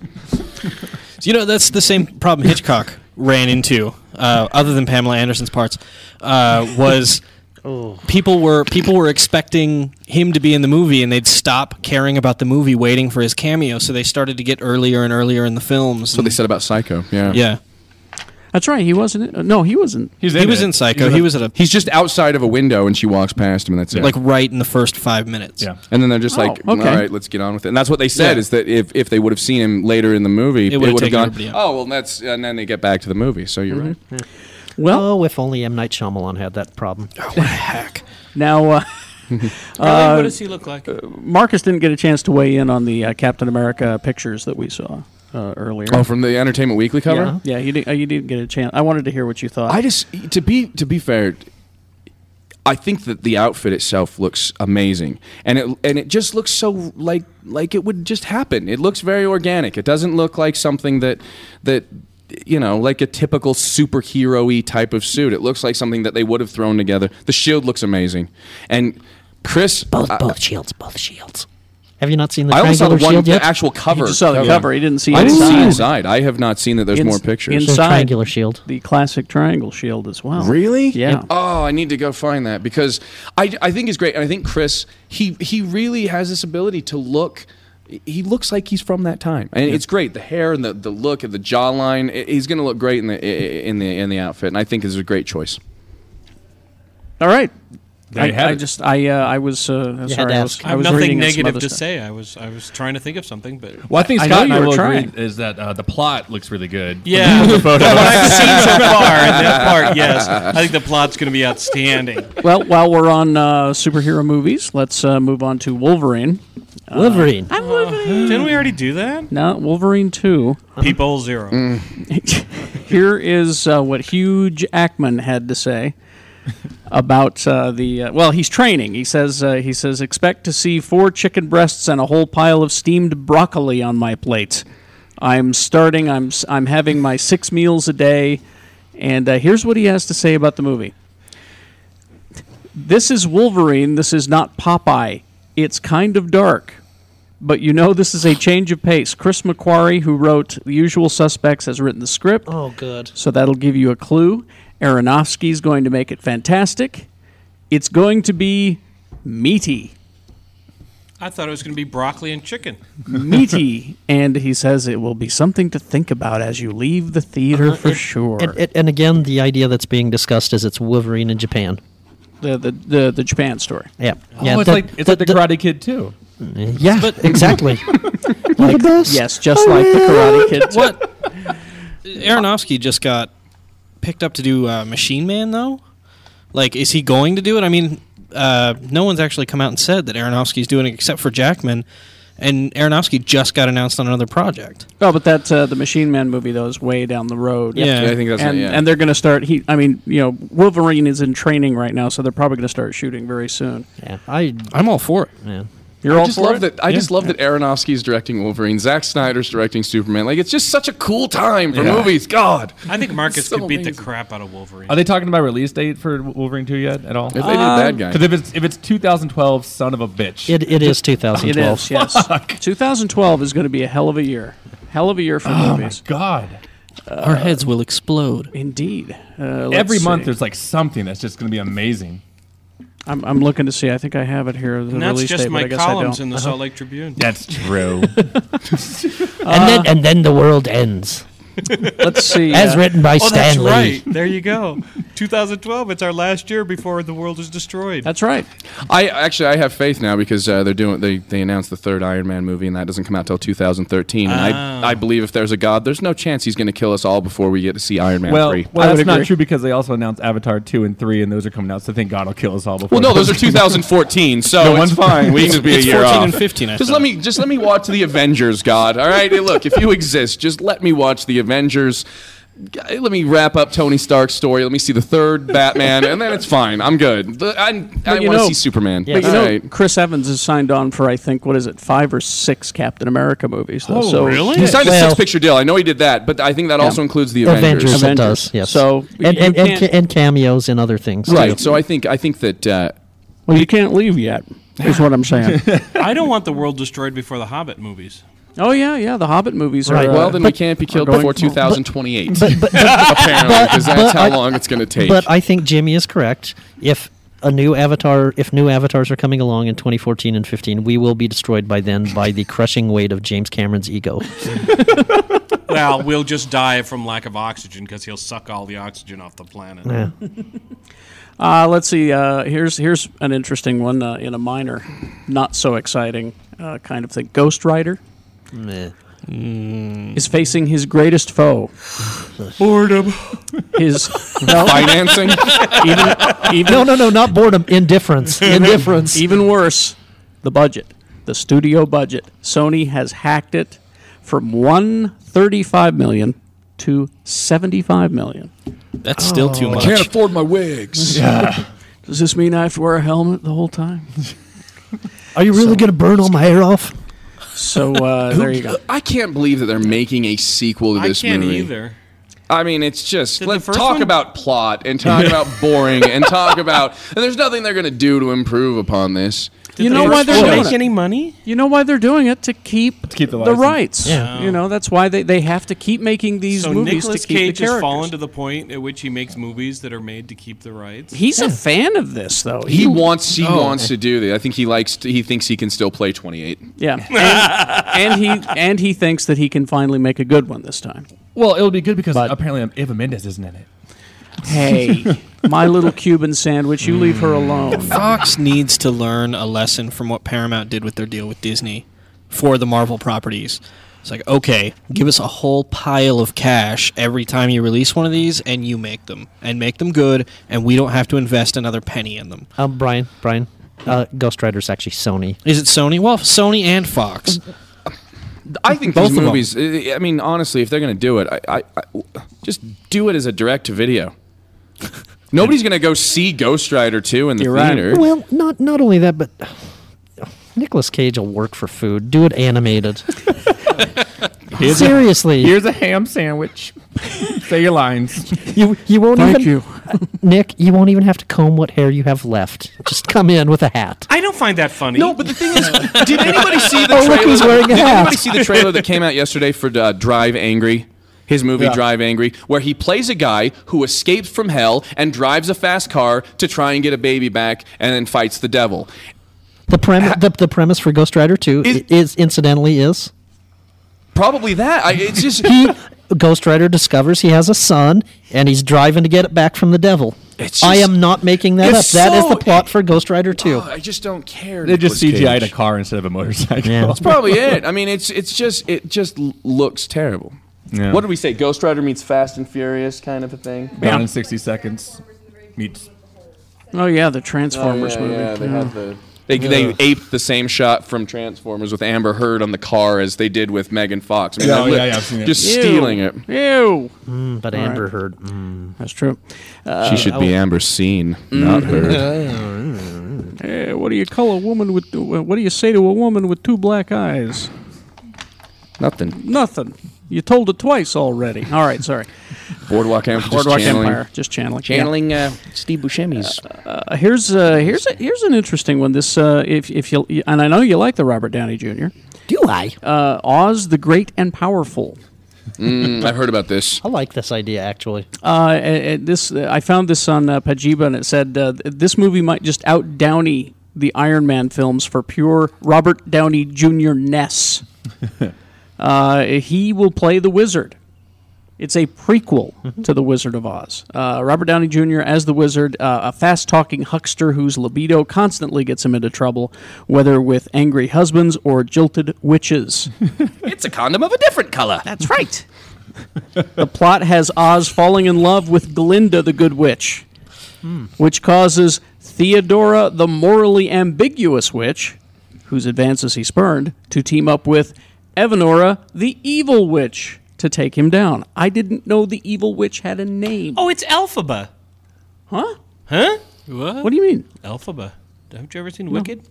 C: You know, that's the same problem Hitchcock ran into, uh, other than Pamela Anderson's parts, uh, was
A: Oh.
C: people were people were expecting him to be in the movie, and they'd stop caring about the movie, waiting for his cameo. So they started to get earlier and earlier in the films.
R: That's what they said about Psycho. Yeah.
C: Yeah,
A: That's right. He wasn't. in- No, he wasn't.
C: he was in Psycho. he was at a
R: He's just outside of a window, and she walks past him, and that's it.
C: like right in the first five minutes. Yeah,
R: And then they're just like,
A: Oh, okay.
R: all right, let's get on with it. And that's what they said
C: Yeah.
R: is that if, if they would have seen him later in the movie, it
C: would've
R: would have
C: taken
R: gone,
C: everybody out.
R: oh, well, that's, and then they get back to the movie. So
C: Mm-hmm.
R: you're right.
A: Mm-hmm. Well,
B: Oh, if only M Night Shyamalan had that problem.
R: Oh,
A: now. Uh,
Q: Really, what does he look like?
A: Marcus didn't get a chance to weigh in on the uh, Captain America pictures that we saw uh, earlier.
R: Oh, from the Entertainment Weekly cover?
A: yeah, yeah, you didn't. Uh, you didn't get a chance. I wanted to hear what you thought.
R: I just to be to be fair, I think that the outfit itself looks amazing, and it and it just looks so like like it would just happen. It looks very organic. It doesn't look like something that that you know like a typical superhero-y type of suit. It looks like something that they would have thrown together. The shield looks amazing, and Chris,
B: Both,
R: I,
B: both shields, both shields. Have you not seen the
R: I only saw the
B: triangular
R: one
B: shield
R: the
B: yet?
R: actual cover.
A: just saw the cover. He didn't see
R: I didn't see
A: inside.
R: inside. I have not seen that. There's
A: Ins-
R: more pictures.
B: The
A: inside.
B: triangular shield.
A: the classic triangle shield as well.
R: Really?
A: Yeah.
R: Oh, I need to go find that because I, I think it's great, and I think Chris he he really has this ability to look. He looks like he's from that time, and it's great. The hair and the, the look and the jawline. i- He's going to look great in the i- in the in the outfit, and I think is a great choice.
A: All right.
F: There
A: I,
F: you had
A: I
F: it.
A: just I uh, I was uh,
B: to
A: sorry I was,
B: ask.
Q: I
A: I
Q: have
A: was
Q: nothing
A: reading in some
Q: negative
A: other
Q: to
A: stuff.
Q: say. I was I was trying to think of something, but
F: Well, I think
A: I
F: Scott
A: know
F: and
A: you
F: I
A: were
F: will
A: trying.
F: agree is that uh, the plot looks really good.
Q: yeah,
F: the
Q: what
F: photos.
Q: I've seen so far in that part, yes, I think the plot's going to be outstanding.
A: Well, while we're on uh, superhero movies, let's uh, move on to Wolverine. Uh,
B: Wolverine.
Q: Didn't we already do that?
A: Now, Wolverine two.
Q: Uh-huh. People zero.
A: Here is uh, what Huge Ackman had to say about uh, the. Uh, well, he's training. He says uh, he says expect to see four chicken breasts and a whole pile of steamed broccoli on my plate. I'm starting. I'm s- I'm having my six meals a day, and uh, here's what he has to say about the movie. This is Wolverine. This is not Popeye. It's kind of dark. But you know this is a change of pace. Chris McQuarrie, who wrote The Usual Suspects, has written the script.
B: Oh, good.
A: So that'll give you a clue. Aronofsky's going to make it fantastic. It's going to be meaty.
Q: I thought it was going to be broccoli and chicken.
A: meaty. And he says it will be something to think about as you leave the theater
B: Uh,
A: for
B: it-
A: sure.
B: And, and- and again, the idea that's being discussed is it's Wolverine in Japan.
A: the, the, the, the Japan story.
B: Yeah.
A: Oh,
B: yeah
A: it's like- it's like The Karate Kid, too.
B: Yeah,
A: But-
B: exactly.
A: Like- yes, just like the Karate Kid. too.
C: What? Aronofsky just got picked up to do uh, Machine Man, though. Like, is he going to do it? I mean, uh, no one's actually come out and said that Aronofsky's doing it except for Jackman, and Aronofsky just got announced on another project.
A: Oh, but that uh, the Machine Man movie though is way down the road.
C: Yeah. Yeah, I think that's
A: and,
C: it, yeah.
A: and they're going to start. He, I mean, you know, Wolverine is in training right now, so they're probably going to start shooting very soon.
B: Yeah, I
C: I'm all for it.
B: Man,
A: you're
R: I
A: all
R: just
A: for
R: love
A: it?
R: that. I
A: Yeah.
R: just love that Aronofsky's directing Wolverine, Zack Snyder's directing Superman. Like it's just such a cool time for movies. God,
Q: I think Marcus
R: So
Q: could beat the
R: amazing.
Q: crap out of Wolverine.
F: Are they talking about release date for Wolverine 2 yet at all? If
R: they did that guy.
F: Because if it's, if it's 2012, son of a bitch.
B: Um, It, it is
A: It
B: 2012.
A: is. Yes, 2012 is going to be a hell of a year. Hell of a year for
F: Oh,
A: movies. Uh,
F: my God.
C: Our heads will explode.
A: Indeed. Uh, let's
F: Every month
A: see.
F: there's like something that's just going to be amazing.
A: I'm, I'm looking to see. I think I have it here. The
Q: And that's
A: release
Q: just
A: date,
Q: my
A: but I guess
Q: columns
A: I don't. Uh-huh.
Q: in the
B: Uh-huh.
Q: Salt Lake Tribune.
F: That's true.
B: and then and then the world ends.
A: Let's see,
B: As
A: uh,
B: written by
Q: oh,
B: Stan Lee.
Q: That's right. There you go. 2012. It's our last year before the world is destroyed.
A: That's right.
R: I actually I have faith now because uh, they're doing they, they announced the third Iron Man movie and that doesn't come out till 2013. And
Q: Ah.
F: Oh.
R: I I believe if there's a God, there's no chance he's going to kill us all before we get to see Iron Man
F: well,
R: three.
F: well, that's not true because they also announced Avatar 2 and 3, and those are coming out, so thank God I'll kill us all before.
R: Well, no, those are 2014, so
F: No
R: it's
F: one's-
R: fine. We can
F: it's-
R: just be
F: it's
R: a year
F: 14
R: off.
F: and 15, I
R: just
F: thought.
R: let me just let me watch the Avengers, God. All right, Hey, look, if you exist, just let me watch the Avengers. G- Let me wrap up Tony Stark's story. Let me see the third Batman, and then it's fine. I'm good. The- I,
A: But
R: I
A: you
R: want to
A: know-
R: see Superman.
A: But you
R: All
A: know,
R: right.
A: Chris Evans has signed on for I think what is it, five or six Captain America movies. Though.
R: Oh,
A: so
R: He signed a six-picture deal. I know he did that, but I think that
A: Yeah.
R: also includes the
B: Avengers,
R: Avengers.
B: it does. Yes.
A: So,
B: and
A: you
B: and, and,
A: can't-
B: ca- and cameos and other things. Too.
R: right. So I think I think that uh,
A: Well, you can't leave yet. Is what I'm saying.
Q: I don't want the world destroyed before the Hobbit movies.
A: oh yeah, yeah. The Hobbit movies
R: Right.
A: are.
R: Well,
A: uh,
R: then
A: but-
R: we can't be killed
A: are going-
R: before
A: but-
R: 2028.
A: but- but-
R: apparently,
B: But-
R: because
B: but
R: that's how
B: I-
R: long it's going to take.
B: But I think Jimmy is correct. If a new avatar, if new avatars are coming along in 2014 and 15, we will be destroyed by then by the crushing weight of James Cameron's ego.
Q: well, we'll just die from lack of oxygen because he'll suck all the oxygen off the planet.
B: Yeah.
A: Uh, let's see. Uh, here's here's an interesting one uh, in a minor, not so exciting uh, kind of thing. Ghost Rider
B: Mm.
A: is facing his greatest foe,
Q: boredom.
A: His no.
R: Financing?
A: Even, even
B: no, no, no, not boredom, indifference, indifference.
A: Even worse, the budget, the studio budget. Sony has hacked it from 135 million to 75 million.
C: That's still too much.
R: Oh. afford my wigs.
A: Does this mean I have to wear a helmet the whole time?
B: Are you really going to burn all my hair off?
A: So uh,
R: Who-
A: there you go.
R: I can't believe that they're making a sequel to
Q: I
R: this
Q: can't
R: movie.
Q: either.
R: I mean, it's just
Q: Did the
R: let's
Q: first
R: talk
Q: one-
R: about plot and talk about boring and talk about and there's nothing they're going to do to improve upon this.
A: you know
Q: the
A: why
Q: first
A: they're
Q: one
A: doing
Q: make
A: it?
Q: any money?
A: You know why they're doing it to keep,
F: keep the
A: the
F: license.
A: rights.
Q: Yeah.
A: You know that's why they, they have to keep making these
Q: so
A: movies
Q: Nicolas
A: to keep
Q: Cage
A: the
Q: has
A: characters.
Q: fallen to the point at which he makes movies that are made to keep the rights.
A: He's a fan of this though.
R: He wants he wants to do this. I think he likes to, he thinks he can still play 28.
A: Yeah, and, and he and he thinks that he can finally make a good one this time.
F: Well, it'll be good because apparently Eva Mendes isn't in it.
A: Hey, my little Cuban sandwich, you leave her alone.
C: Fox needs to learn a lesson from what Paramount did with their deal with Disney for the Marvel properties. It's like, okay, give us a whole pile of cash every time you release one of these and you make them and make them good and we don't have to invest another penny in them.
B: Um, Brian, Brian, uh, Ghost Rider's actually Sony.
C: Is it Sony? Well, Sony and Fox.
R: I think
C: Both
R: these
C: of 'em.
R: movies uh, I I mean honestly, if they're going to do it, I, I, I just do it as a direct to video. Nobody's going to go see Ghost Rider 2 in the theater.
B: Well, not not only that, but Nicolas Cage will work for food. Do it animated.
F: Here's a-
B: Seriously,
F: here's a ham sandwich. Say your lines.
B: you you won't
F: Thank
B: even uh,
F: you.
B: Nick, you won't even have to comb what hair you have left. Just come in with a hat.
Q: I don't find that funny.
C: No, but the thing is,
R: did anybody see the
B: Oh, look,
R: trailer?
B: he's wearing a
R: did
B: hat.
R: anybody see the trailer that came out yesterday for uh, Drive Angry? His movie
F: Yeah.
R: Drive Angry, where he plays a guy who escapes from hell and drives a fast car to try and get a baby back, and then fights the devil.
B: The, prem- the, the premise for Ghost Rider 2 is, is incidentally, is
R: Probably that. I, it's just
B: he Ghost Rider discovers he has a son and he's driving to get it back from the devil.
R: It's
B: I
R: just-
B: am not making that up.
R: It's
B: That is
R: so-
B: the plot for Ghost Rider 2.
R: Oh, I just don't care.
F: They just
R: Nicolas
F: CGI'd
R: Cage.
F: a car instead of a motorcycle.
R: That's probably it. I mean, it's it's just it just l- looks terrible.
F: Yeah.
R: What did we say? Ghost Rider meets Fast and Furious, kind of a thing.
F: Down in 60 seconds. Meets.
A: Oh yeah, the Transformers
R: Oh,
A: movie. Mm.
R: yeah, they
A: Yeah.
R: have the. They, they
A: Ugh.
R: aped the same shot from Transformers with Amber Heard on the car as they did with Megan Fox. I mean,
A: Yeah,
R: they
A: oh,
R: look-
A: yeah, yeah, I've seen it.
R: Just
A: Ew.
R: stealing it.
A: Ew.
B: but
A: All
B: Amber
A: right.
B: Heard.
A: That's true. Uh, oh.
R: she should be Amber Seen, not Heard.
A: Eh, what do you call a woman with? What do you say to a woman with two black eyes?
R: Nothing.
A: Nothing. You told it twice already. All right, sorry.
R: Boardwalk Empire. just
A: Boardwalk
R: channeling-
A: Empire. Just channeling. yeah.
R: Channeling uh, Steve Buscemi's.
A: Uh, here's uh, here's a, here's an interesting one. This uh, if if you and I know you like the Robert Downey Jr.
B: Do I?
A: Uh, Oz the Great and Powerful.
R: Mm, I've heard about this.
B: I like this idea actually.
A: Uh, a- a- this I found this on uh, Pajiba, and it said uh, this movie might just out Downey the Iron Man films for pure Robert Downey Jr. ness. uh, he will play the Wizard. It's a prequel to The Wizard of Oz. Uh, Robert Downey Jr. as the Wizard, uh, a fast talking huckster whose libido constantly gets him into trouble, whether with angry husbands or jilted witches.
R: It's a condom of a different color.
A: That's right. the plot has Oz falling in love with Glinda the Good Witch, which causes Theodora the morally ambiguous witch, whose advances he spurned, to team up with Evanora the evil witch to take him down. I didn't know the evil witch had a name.
Q: Oh, it's Alphaba.
A: Huh?
Q: Huh? What?
A: What do you mean?
Q: Alphaba. Haven't you ever seen
A: No.
Q: Wicked?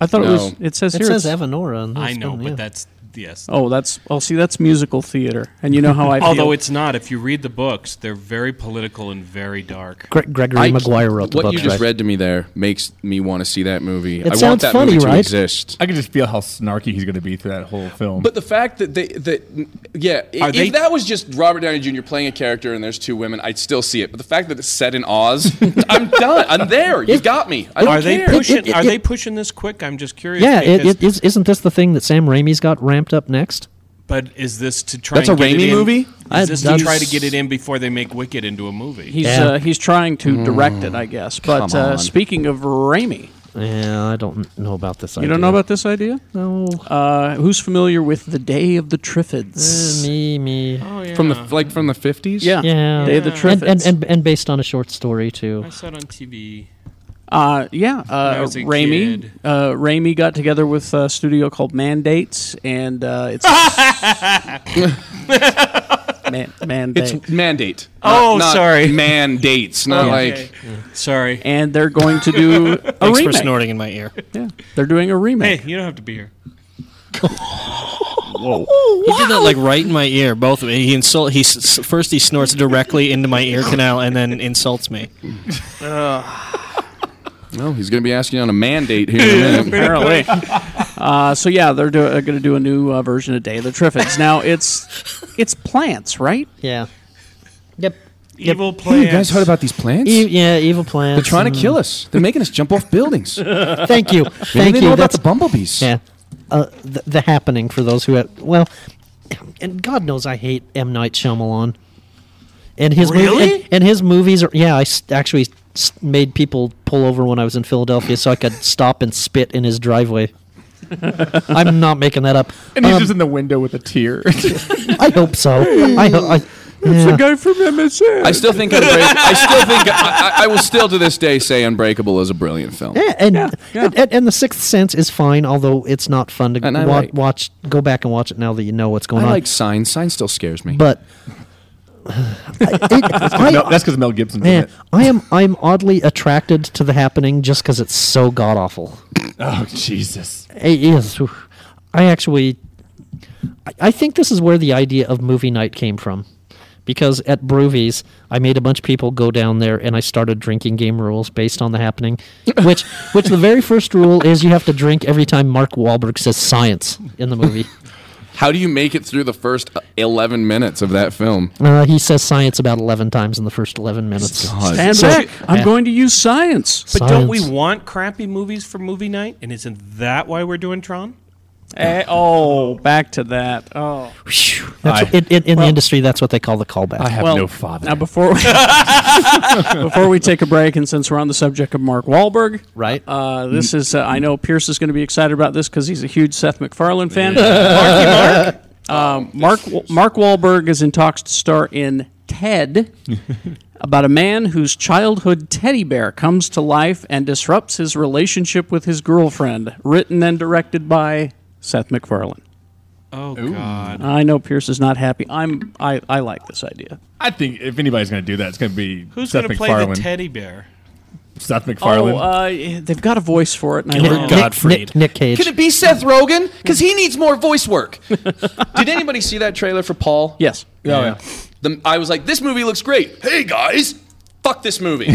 A: I thought it was.
Q: No.
A: It says
B: It
A: here.
B: says
A: it's-
B: Evanora. in this
Q: I know,
B: one,
Q: but
B: yeah.
Q: that's yes.
A: Oh, that's. Oh, see, that's musical theater, and you know how I. feel.
Q: Although it's not, if you read the books, they're very political and very dark.
B: Gre- Gregory
R: I-
B: Maguire wrote the
R: What
B: book.
R: you just
B: right?
R: read to me there makes me want to see that movie.
B: It
R: I want
B: sounds
R: that
B: funny,
R: movie to
B: right?
R: exist.
F: I can just feel how snarky he's going to be through that whole film.
R: But the fact that they that yeah, i-
F: Are
R: if
F: they-
R: that was just Robert Downey Jr. playing a character and there's two women, I'd still see it. But the fact that it's set in Oz, I'm done. I'm there. You got me. I don't
Q: are they
R: care.
Q: pushing?
B: It- it-
Q: are
B: it-
Q: they pushing this quick? I'm just curious.
B: Yeah, it,
Q: because-
B: it, is, isn't this the thing that Sam Raimi's got ramped up next?
Q: But is this to try?
B: That's
Q: and
B: a
Q: get it
B: Raimi
Q: in-
B: movie?
Q: Is
B: I-
Q: this to
B: that's-
Q: try to get it in before they make Wicked into a movie?
A: He's uh, he's trying
R: Mm.
A: to direct it, I guess. But
B: Come
A: uh,
B: on.
A: speaking of Raimi,
B: Yeah, I don't know about this.
A: you don't know about this idea?
B: No.
A: Uh, who's familiar with the Day of the Triffids?
B: Eh, me, me.
R: From the like from the fifties?
A: Yeah.
B: Yeah,
A: Day of the
B: and, and,
A: Triffids.
B: and and based on a short story too.
Q: I saw it on TV.
A: Uh, yeah,
Q: I
A: uh,
Q: was a
A: Raimi.
Q: kid.
A: Uh, Raimi got together with a studio called Mandates, and uh, it's Man, Mandate.
R: It's mandate.
A: Oh,
R: sorry. Mandates, not
A: Okay.
R: like
Q: Sorry.
A: and they're going to do a
Q: Thanks for
A: remake.
Q: snorting in my ear.
A: Yeah, they're doing a remake.
Q: Hey, you don't have to be here.
C: Whoa! He did that like right in my ear. Both of he insult. He s- s- first he snorts directly into my ear canal and then insults me.
R: No, he's gonna be asking you on a mandate here in a minute.
A: apparently. Uh, so yeah, they're, do- going to do a new uh, version of Day of the Triffids. Now it's it's plants, right?
B: Yeah. Yep.
Q: Evil
R: Hey, you guys heard about these plants?
B: E- yeah, evil plants.
R: They're trying
B: and-
R: to kill us. They're making us jump off buildings.
B: Thank you.
R: Maybe
B: Thank
R: they
B: you.
R: Know about
B: That's
R: the bumblebees.
B: Yeah. Uh, the, the happening for those who have, well, and God knows I hate M Night Shyamalan. And his movie,
Q: Really?
B: and, and his movies are yeah. I s- actually s- made people pull over when I was in Philadelphia so I could stop and spit in his driveway. I'm not making that up.
F: and he's
B: Um,
F: just in the window with a tear.
B: I hope so. I, ho- I
F: It's
B: yeah.
F: the guy from MSN.
R: I still think Unbreakable. I still think I, I, I will still to this day say Unbreakable is a brilliant film.
B: Yeah, and, and and the Sixth Sense is fine, although it's not fun to
R: And I
B: wa-
R: like-
B: watch. Go back and watch it now that you know what's going
R: I
B: on.
R: like Signs. Signs still scares me.
B: but I-
F: No, that's because Mel Gibson's in
B: man,
F: it.
B: I am I'm oddly attracted to the happening just because it's so god awful.
F: Oh Jesus!
B: It is. oof. I actually, I, I think this is where the idea of movie night came from, because at Broovies, I made a bunch of people go down there and I started drinking game rules based on the happening, which which the very first rule is you have to drink every time Mark Wahlberg says science in the movie.
R: How do you make it through the first 11 minutes of that film?
B: Uh, he says science about 11 times in the first 11 minutes.
R: God. Stand back.
A: I'm going to use science.
B: But
Q: But don't we want crappy movies for movie night? And isn't that why we're doing Tron?
A: Eh, oh, back to that. Oh,
B: That's what- in in, in the industry, that's what they call the callback.
A: Well, Now, before we, before we take a break, and since we're on the subject of Mark Wahlberg,
B: right?
A: Uh, this is. Uh, I know Pierce is going to be excited about this because he's a huge Seth MacFarlane fan.
Q: Marky
A: Um, Mark Mark Wahlberg is in talks to star in Ted, about a man whose childhood teddy bear comes to life and disrupts his relationship with his girlfriend. Written and directed by Seth MacFarlane.
Q: Oh God!
A: I know Pierce is not happy. I'm. I, I like this idea.
F: I think if anybody's going to do that, it's going to be
Q: Who's
F: Seth
Q: going to play the
F: MacFarlane.
Q: teddy bear?
F: Seth MacFarlane.
A: Oh, uh, they've got a voice for it. And I
F: Gilbert
A: love it.
F: Gottfried. Nick-
B: Nick Cage.
R: Could it be Seth Rogen? Because he needs more voice work. Did anybody see that trailer for Paul?
A: Yes.
F: Yeah.
R: The, I was like, this movie looks great. Hey guys, fuck this movie.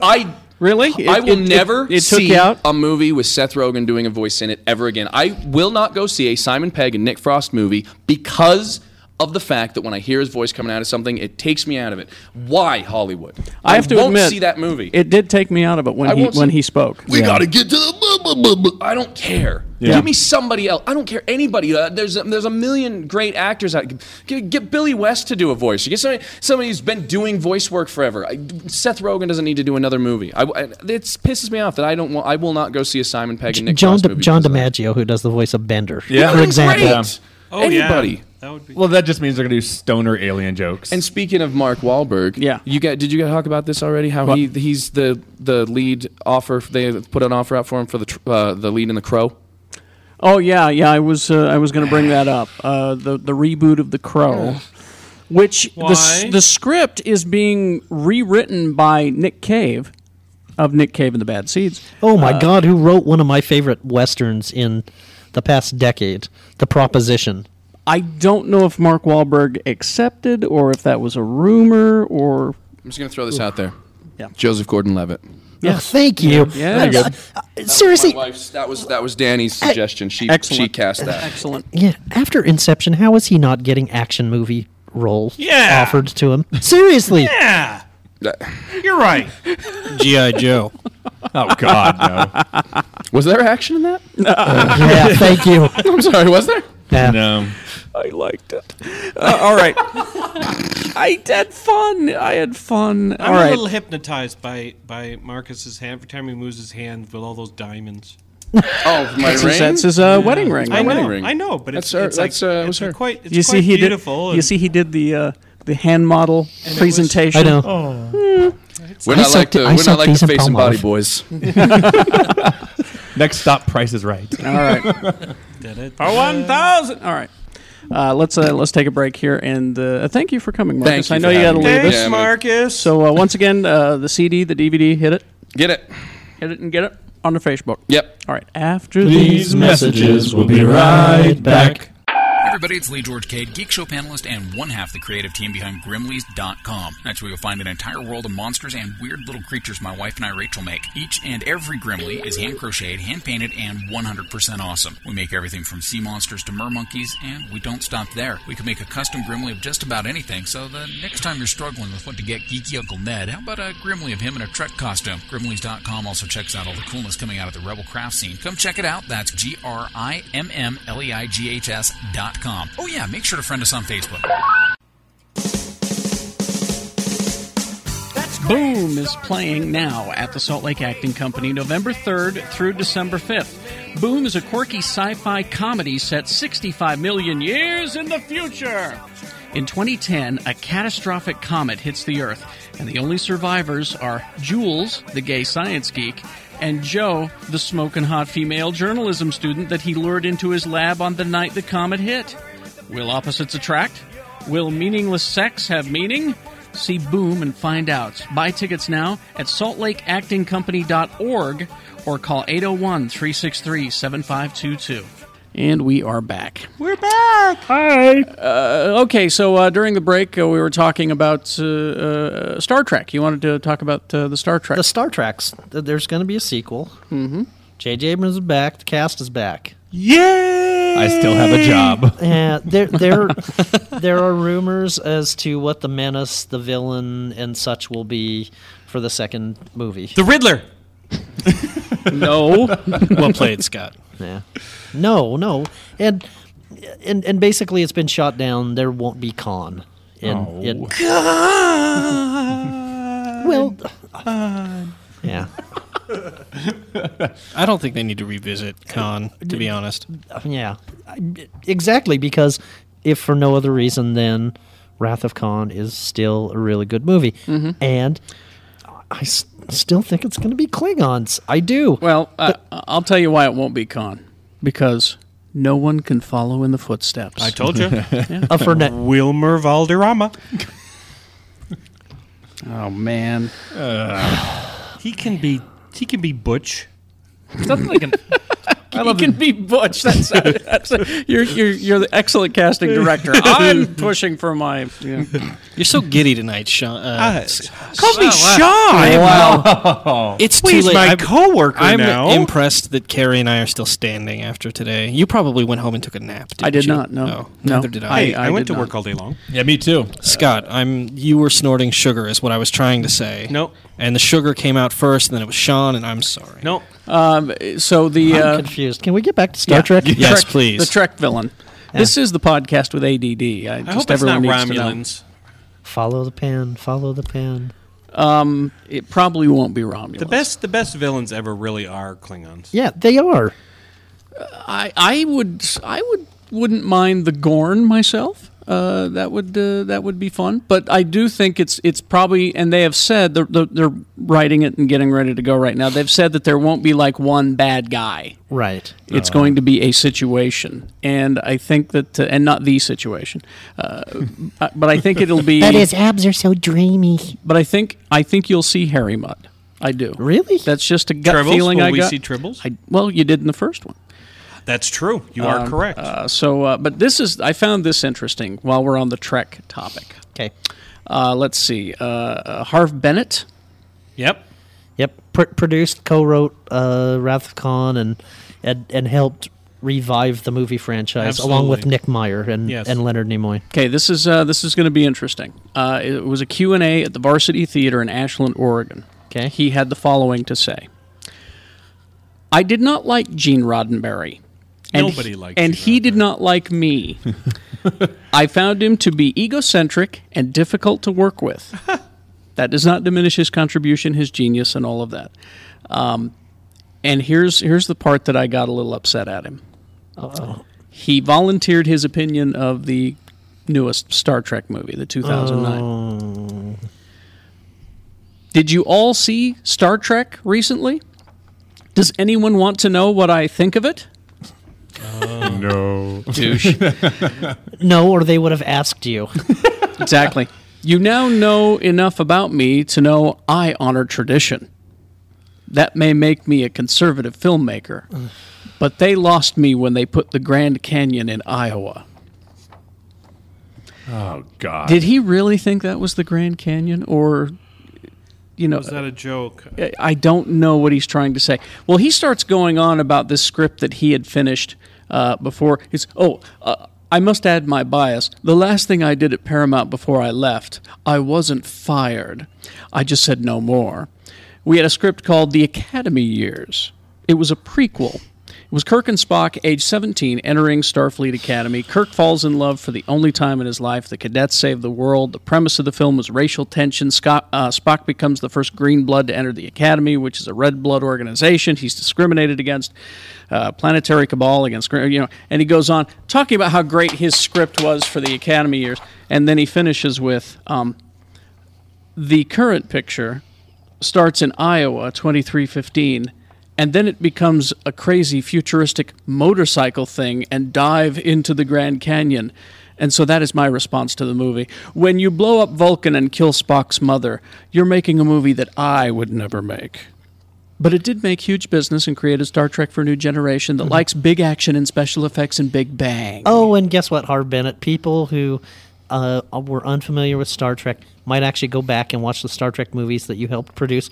R: I
A: really.
R: I
A: It-
R: will
A: it-
R: never
A: it- it took
R: see
A: you out?
R: a movie with Seth Rogen doing a voice in it ever again. I will not go see a Simon Pegg and Nick Frost movie because of the fact that when I hear his voice coming out of something, it takes me out of it. Why Hollywood?
A: I have to
R: won't
A: admit,
R: see that movie.
A: It did take me out of it when
R: I
A: he
R: won't
A: when
R: see-
A: he spoke.
R: We got to get to the. Blah, blah, blah, blah. I don't care.
A: Yeah.
R: Give me somebody else. I don't care anybody. Uh, there's a, there's a million great actors out. Get, get Billy West to do a voice. You get somebody somebody who's been doing voice work forever. I, Seth Rogen doesn't need to do another movie. I, I- it pisses me off that I don't. Want, I will not go see a Simon Pegg and Nick
B: John
R: Frost
B: De,
R: movie.
B: John DiMaggio, who does the voice of Bender,
R: Yeah.
B: for
R: Great.
B: example.
R: Yeah. Oh, yeah. Anybody.
Q: That would
F: Well, that just means they're going to do stoner alien jokes.
R: And speaking of Mark Wahlberg, yeah, you got did you guys talk about this already? How he he's the the lead offer. They put an offer out for him for the tr- uh, the lead in the Crow.
A: Oh yeah, yeah. I was uh, I was going to bring that up. Uh, the the reboot of The Crow, which the s-
Q: Why?
A: the script is being rewritten by Nick Cave, of Nick Cave and the Bad Seeds.
B: Oh my
A: Uh,
B: God, who wrote one of my favorite westerns in the past decade, The Proposition?
A: I don't know if Mark Wahlberg accepted or if that was a rumor or
R: I'm just gonna throw this out there.
A: Yeah.
R: Joseph Gordon-Levitt.
B: Yeah, thank you. Uh,
A: Yeah.
B: Yes.
R: seriously. that was that was Danny's
B: Uh,
R: suggestion. She she cast that.
A: Excellent.
B: Yeah, after Inception, how is he not getting action movie role
R: Yeah.
B: offered to him? Seriously.
Q: Yeah. You're right.
S: G.I. Joe.
F: Oh, God,
R: no. Was there action in that?
B: yeah, thank you.
R: I'm sorry, was there?
F: No.
A: I liked it. Uh, all right. I had fun. I had fun.
Q: I'm
A: all
Q: a
A: right.
Q: little hypnotized by by Marcus's hand every time he moves his hand with all those diamonds.
R: Oh,
A: my That's his- ring? that's his, uh, wedding ring,
Q: I
A: the
Q: know,
A: wedding ring.
Q: I know, but it's,
R: That's her-
Q: it's like
R: that's, uh,
Q: it's
R: was her.
Q: quite it's
A: you see,
Q: quite
A: he did.
Q: beautiful.
A: You
Q: and-
A: see, he did the uh, the hand model
Q: was-
A: presentation.
Q: I know.
A: Oh.
R: When I, like to when I like to face and body boys.
F: Next stop, Price is Right.
A: All right.
Q: For
A: one thousand. All right. Uh, let's uh, let's take a break here, and uh, thank you for coming, Marcus.
R: Thank you
A: I know
R: for
A: you got to
R: having me.
A: leave
R: Thanks,
A: us,
Q: Marcus.
A: So uh, once again, uh, the CD, the DVD, hit it,
R: Get it.
A: hit it, and get it on the Facebook.
R: Yep.
A: All right. After
T: These
F: messages, we'll be right back.
E: Everybody, it's Lee George Cade, Geek Show panelist and one half the creative team behind Grimleys.com. That's where you'll find an entire world of monsters and weird little creatures my wife and I, Rachel, make. Each and every Grimley is hand crocheted, hand painted, and 100% awesome. We make everything from sea monsters to mer monkeys, and we don't stop there. We can make a custom Grimley of just about anything, so the next time you're struggling with what to get geeky Uncle Ned, how about a Grimley of him in a Trek costume? Grimleys.com also checks out all the coolness coming out of the Rebel craft scene. Come check it out. That's G R I M M L E I G H S dot com. Oh, yeah, make sure to friend us on Facebook.
U: Boom is playing now at the Salt Lake Acting Company November 3rd through December 5th. Boom is a quirky sci fi comedy set 65 million years in the future. In 2010, a catastrophic comet hits the Earth, and the only survivors are Jules, the gay science geek, and Joe, the smoking hot female journalism student that he lured into his lab on the night the comet hit. Will opposites attract? Will meaningless sex have meaning? See Boom and find out. Buy tickets now at oh saltlakeactingcompany.org or call 801 363 7522.
V: And we are back.
A: We're back.
V: Hi.
A: Uh, okay, so uh, during the break, uh, we were talking about uh, uh, Star Trek. You wanted to talk about uh, the Star Trek. The
B: Star Treks. There's going to be a sequel. Mm-hmm. J.J. Abrams is back. The cast is back.
C: Yay!
P: I still have a job.
B: Yeah, there there there are rumors as to what the menace, the villain, and such will be for the second movie.
C: The Riddler.
B: no.
C: Well played, Scott.
B: Yeah. No, no, and and and basically, it's been shot down. There won't be con. And it- well, yeah.
C: I don't think they need to revisit Khan, to be honest.
B: Yeah, I- exactly. Because if for no other reason than Wrath of Khan is still a really good movie,
A: Mhm.
B: and I s- still think it's going to be Klingons. I do.
A: Well,
B: uh,
A: I'll tell you why it won't be Khan. Because no one can follow in the footsteps.
C: I told you.
A: Yeah.
C: A Fernet- Wilmer Valderrama.
A: Oh man,
C: he can be he can be Butch.
A: Something like an. I love can be Butch. That's, that's you're, you're you're the excellent casting director. I'm pushing for my. Yeah.
C: You're so giddy tonight, Sean. Uh,
A: Ah, it's-
C: call me
A: Wow.
C: Sean.
A: Wow.
C: It's too
A: He's
C: late.
A: my
C: I'm-
A: coworker
C: I'm
A: now.
C: impressed that Carrie and I are still standing after today. You probably went home and took a nap. Didn't
V: I did
C: you?
V: not, no.
C: Oh,
V: No.
C: neither did I.
V: Hey, I I went did to not. work
C: all day long.
P: Yeah, me too.
C: Scott, I'm. You were snorting sugar, is what I was trying to say.
Q: Nope.
C: And the sugar came out first, and then it was Sean, and I'm sorry.
Q: Nope.
A: Um, so the
B: I'm
A: uh,
B: confused. Can we get back to Star Trek?
C: Yes, please.
A: The Trek villain. This is the podcast with ADD. I, just everyone needs to
B: Follow the pan. Follow the pan.
A: know. Um, it probably won't be Romulans.
Q: The best, the best villains ever really are Klingons.
B: Yeah, they are.
A: I I would I would wouldn't mind the Gorn myself. Uh, that would uh, that would be fun. But I do think it's it's probably and they have said they're, they're they're writing it and getting ready to go right now. They've said that there won't be like one bad guy.
B: Right. Oh.
A: It's going to be a situation, and I think that, uh, and not the situation, uh, but I think it'll be.
B: But his abs are so dreamy.
A: But I think I think you'll see Harry Mudd. I do.
B: Really?
A: That's just a gut
Q: Tribbles?
A: feeling
Q: Will
A: I
Q: we
A: got.
Q: see Tribbles?
A: I, well, you did in the first one.
Q: That's true. You are
A: Um,
Q: correct.
A: uh, so, uh, but this is I found this interesting. While we're on the Trek topic,
B: okay.
A: Uh, let's see. Uh, uh, Harv Bennett.
Q: Yep.
B: Yep. Pr- produced, co-wrote uh, Wrath of Khan, and, and and helped revive the movie franchise along with
A: Absolutely.
B: Nick Meyer and
A: Yes.
B: and Leonard Nimoy.
A: Okay, this is uh, this is going to be interesting. Uh, it was a Q and A at the Varsity Theater in Ashland, Oregon.
B: Okay,
A: he had the following to say: I did not like Gene Roddenberry. And
Q: Nobody
A: he,
Q: liked
A: and he did not like me. I found him to be egocentric and difficult to work with. that does not diminish his contribution, his genius, and all of that. Um, and here's here's the part that I got a little upset at him.
B: Uh-oh.
A: He volunteered his opinion of the newest Star Trek movie, the 2009. Did you all see Star Trek recently? Does anyone want to know what I think of it?
Q: Uh,
P: no.
A: Douche.
B: no, or they would have asked you.
A: exactly. You now know enough about me to know I honor tradition. That may make me a conservative filmmaker, but they lost me when they put the Grand Canyon in Iowa.
P: Oh God.
A: Did he really think that was the Grand Canyon, or you know?
Q: was that a joke?
A: I- I don't know what he's trying to say. Well, he starts going on about this script that he had finished uh, before. He's, oh, uh, I must add my bias. The last thing I did at Paramount before I left, I wasn't fired. I just said no more. We had a script called The Academy Years. It was a prequel. It was Kirk and Spock, age 17, entering Starfleet Academy. Kirk falls in love for the only time in his life. The cadets save the world. The premise of the film was racial tension. Scott, uh, Spock becomes the first green blood to enter the Academy, which is a red blood organization. He's discriminated against. Uh, planetary cabal against, gr- you know, and he goes on talking about how great his script was for the Academy years. And then he finishes with, um, the current picture starts in Iowa 2315 and then it becomes a crazy futuristic motorcycle thing and dive into the Grand Canyon. And so that is my response to the movie. When you blow up Vulcan and kill Spock's mother, you're making a movie that I would never make. But it did make huge business and created Star Trek for a new generation
W: Mm-hmm.
A: that likes big action and special effects and big bang.
B: Oh, and guess what, Harv Bennett? People who uh, were unfamiliar with Star Trek might actually go back and watch the Star Trek movies that you helped produce,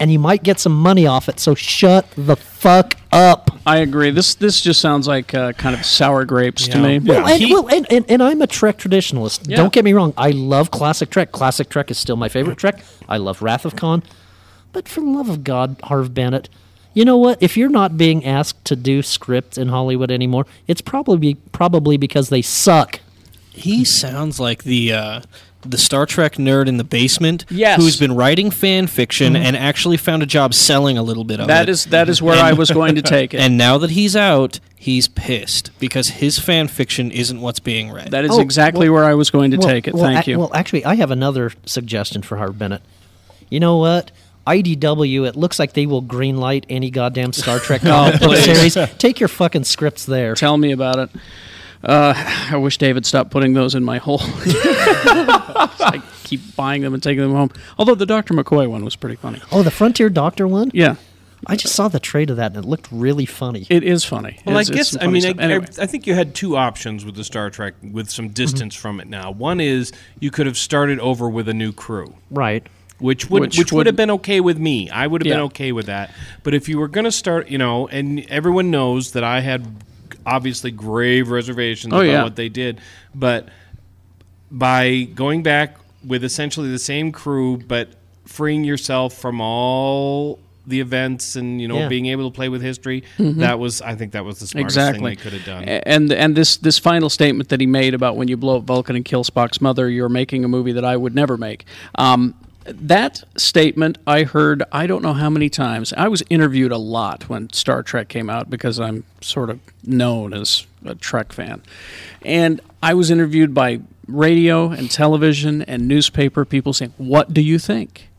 B: and you might get some money off it. So shut the fuck up.
W: I agree. This this just sounds like uh, kind of sour grapes to me.
B: Well, and, well and, and, and I'm a Trek traditionalist.
W: Yeah.
B: Don't get me wrong. I love classic Trek. Classic Trek is still my favorite Trek. I love Wrath of Khan. But for the love of God, Harv Bennett, you know what? If you're not being asked to do scripts in Hollywood anymore, it's probably probably because they suck.
C: He sounds like the uh, the Star Trek nerd in the basement
W: Yes.
C: who's been writing fan fiction
W: Mhm.
C: and actually found a job selling a little bit of
W: That
C: it.
W: is- that is where I was going to take it.
C: And now that he's out, he's pissed because his fan fiction isn't what's being read. Oh,
A: That is exactly where I was going to
B: Well,
A: take it.
B: well,
A: Thank
B: ac-
A: you.
B: Well, actually, I have another suggestion for Harv Bennett. You know what? IDW, it looks like they will greenlight any goddamn Star Trek
A: Oh,
B: comic book
A: please.
B: series. Take your fucking scripts there.
A: Tell me about it. Uh, I wish David stopped putting those in my hole. I keep buying them and taking them home. Although the Dr. McCoy one was pretty funny.
B: Oh, the Frontier Doctor one?
A: Yeah.
B: I just saw the trade of that and it looked really funny.
A: It is funny.
Q: Well, I guess I mean I, I, I think you had two options with the Star Trek with some distance
A: Mm-hmm.
Q: from it now. One is you could have started over with a new crew,
B: Right.
Q: Which would
A: Which
Q: which, would have
A: would-
Q: been okay with me. I would have
A: Yeah.
Q: been okay with that. But if you were going to start, you know, and everyone knows that I had obviously grave reservations
A: Oh,
Q: about
A: yeah.
Q: what they did, but by going back with essentially the same crew, but freeing yourself from all the events and you know
A: Yeah.
Q: being able to play with history
A: Mhm.
Q: that was i think that was the smartest
A: exactly.
Q: thing they could have done
A: A- And and this this final statement that he made about when you blow up Vulcan and kill Spock's mother, you're making a movie that I would never make. Um, that statement I heard I don't know how many times. I was interviewed a lot when Star Trek came out because I'm sort of known as a Trek fan, and I was interviewed by radio and television and newspaper people saying, "What do you think?"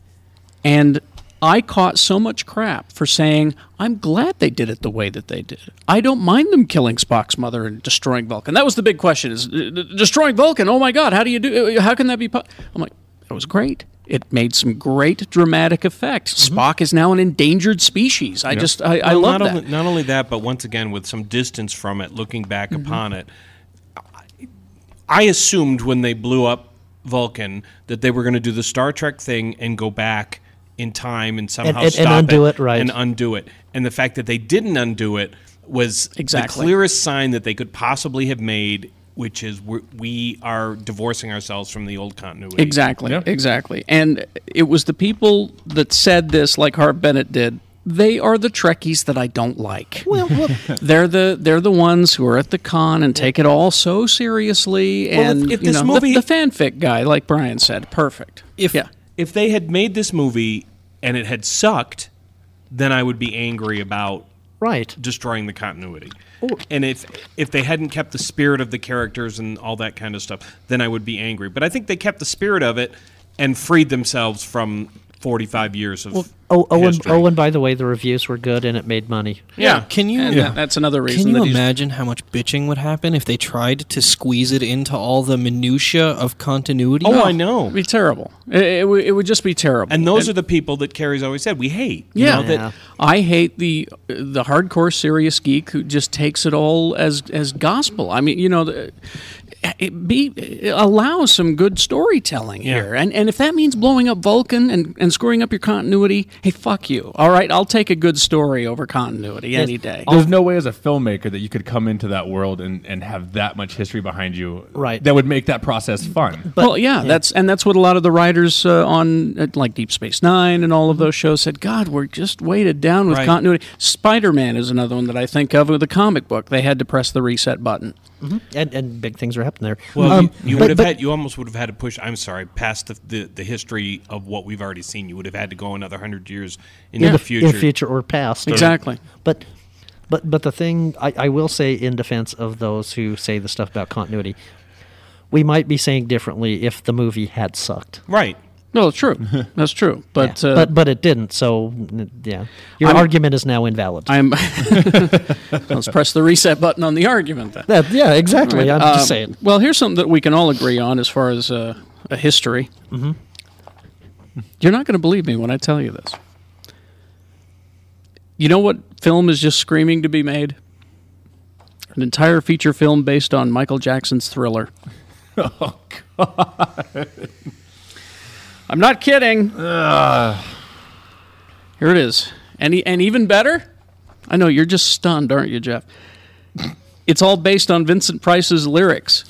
A: And I caught so much crap for saying, I'm glad they did it the way that they did. it. I don't mind them killing Spock's mother and destroying Vulcan. That was the big question is uh, d- destroying Vulcan. Oh my God, how do you do uh, How can that be? Po-? I'm like, that was great. It made some great dramatic effect. Spock is now an endangered species. I
Q: Yep.
A: just, I, I
Q: Mm-hmm. Well,
A: love
Q: not
A: that.
Q: Only, not only that, but once again, with some distance from it, looking back
A: Mhm.
Q: upon it, I, I assumed when they blew up Vulcan that they were going to do the Star Trek thing and go back in time and somehow
B: and- and
Q: stop
B: undo it, right.
Q: and undo it. And the fact that they didn't undo it was
A: Exactly.
Q: the clearest sign that they could possibly have made, which is we're, we are divorcing ourselves from the old continuity.
A: Exactly, exactly. And it was the people that said this, like Hart Bennett did. They are the Trekkies that I don't like. Well, they're the they're the ones who are at the con and take it all so seriously.
Q: Well, if-
A: And
Q: if
A: you
Q: this
A: know, the-
Q: movie-
A: the, fanfic guy, like Brian said, perfect.
Q: If if they had made this movie and it had sucked, then I would be angry about
B: right
Q: destroying the continuity. And if if they hadn't kept the spirit of the characters and all that kind of stuff, then I would be angry. But I think they kept the spirit of it and freed themselves from 45 years of
B: Well, oh, oh, and,
Q: history.
B: oh, and by the way, the reviews were good and it made money.
C: Can you? Can you imagine how much bitching would happen if they tried to squeeze it into all the minutia of continuity?
Q: Oh, I know. It'd
A: be terrible. It, it, would- it would just be terrible.
Q: And those
A: And-
Q: are the people that Carrie's always said we hate. you
A: Yeah,
Q: know, that-
A: I hate the the hardcore serious geek who just takes it all as as gospel. I mean, you know, the- eh, it be allow some good storytelling
Q: Yeah.
A: here, and and if that means blowing up Vulcan and and screwing up your continuity, hey, fuck you. All right, I'll take a good story over continuity any day.
F: There's no way as a filmmaker that you could come into that world and, and have that much history behind you.
A: Right.
F: That would make that process fun.
A: well, yeah, that's and that's what a lot of the writers uh, on uh, like Deep Space Nine and all of those shows said. God, we're just weighted down with
Q: Right.
A: continuity. Spider Man is another one that I think of with a comic book. They had to press the reset button.
B: Mhm. And, and big things are happening there.
Q: Well,
B: Um,
Q: you, you
B: but-
Q: would have
B: but-
Q: had, you almost would have had to push. I'm sorry, past the, the the history of what we've already seen. You would have had to go another hundred years into
B: in
Q: the future.
B: in future or past, or-
A: Exactly.
B: But, but, but the thing I, I will say in defense of those who say the stuff about continuity, we might be saying differently if the movie had sucked.
Q: Right.
A: No, it's true. That's true. But uh,
B: but but it didn't. So n- yeah, your
A: I'm-
B: argument is now invalid.
A: I'm. let's press the reset button on the argument then.
B: That- yeah, exactly.
A: All
B: I'm just
A: Um,
B: saying.
A: Well, here's something that we can all agree on as far as uh, a history. Mm-hmm. You're not going to believe me when I tell you this. You know what film is just screaming to be made? An entire feature film based on Michael Jackson's Thriller. oh God! I'm not kidding. Here it is, and e- and even better. I know you're just stunned, aren't you, Jeff? It's all based on Vincent Price's lyrics.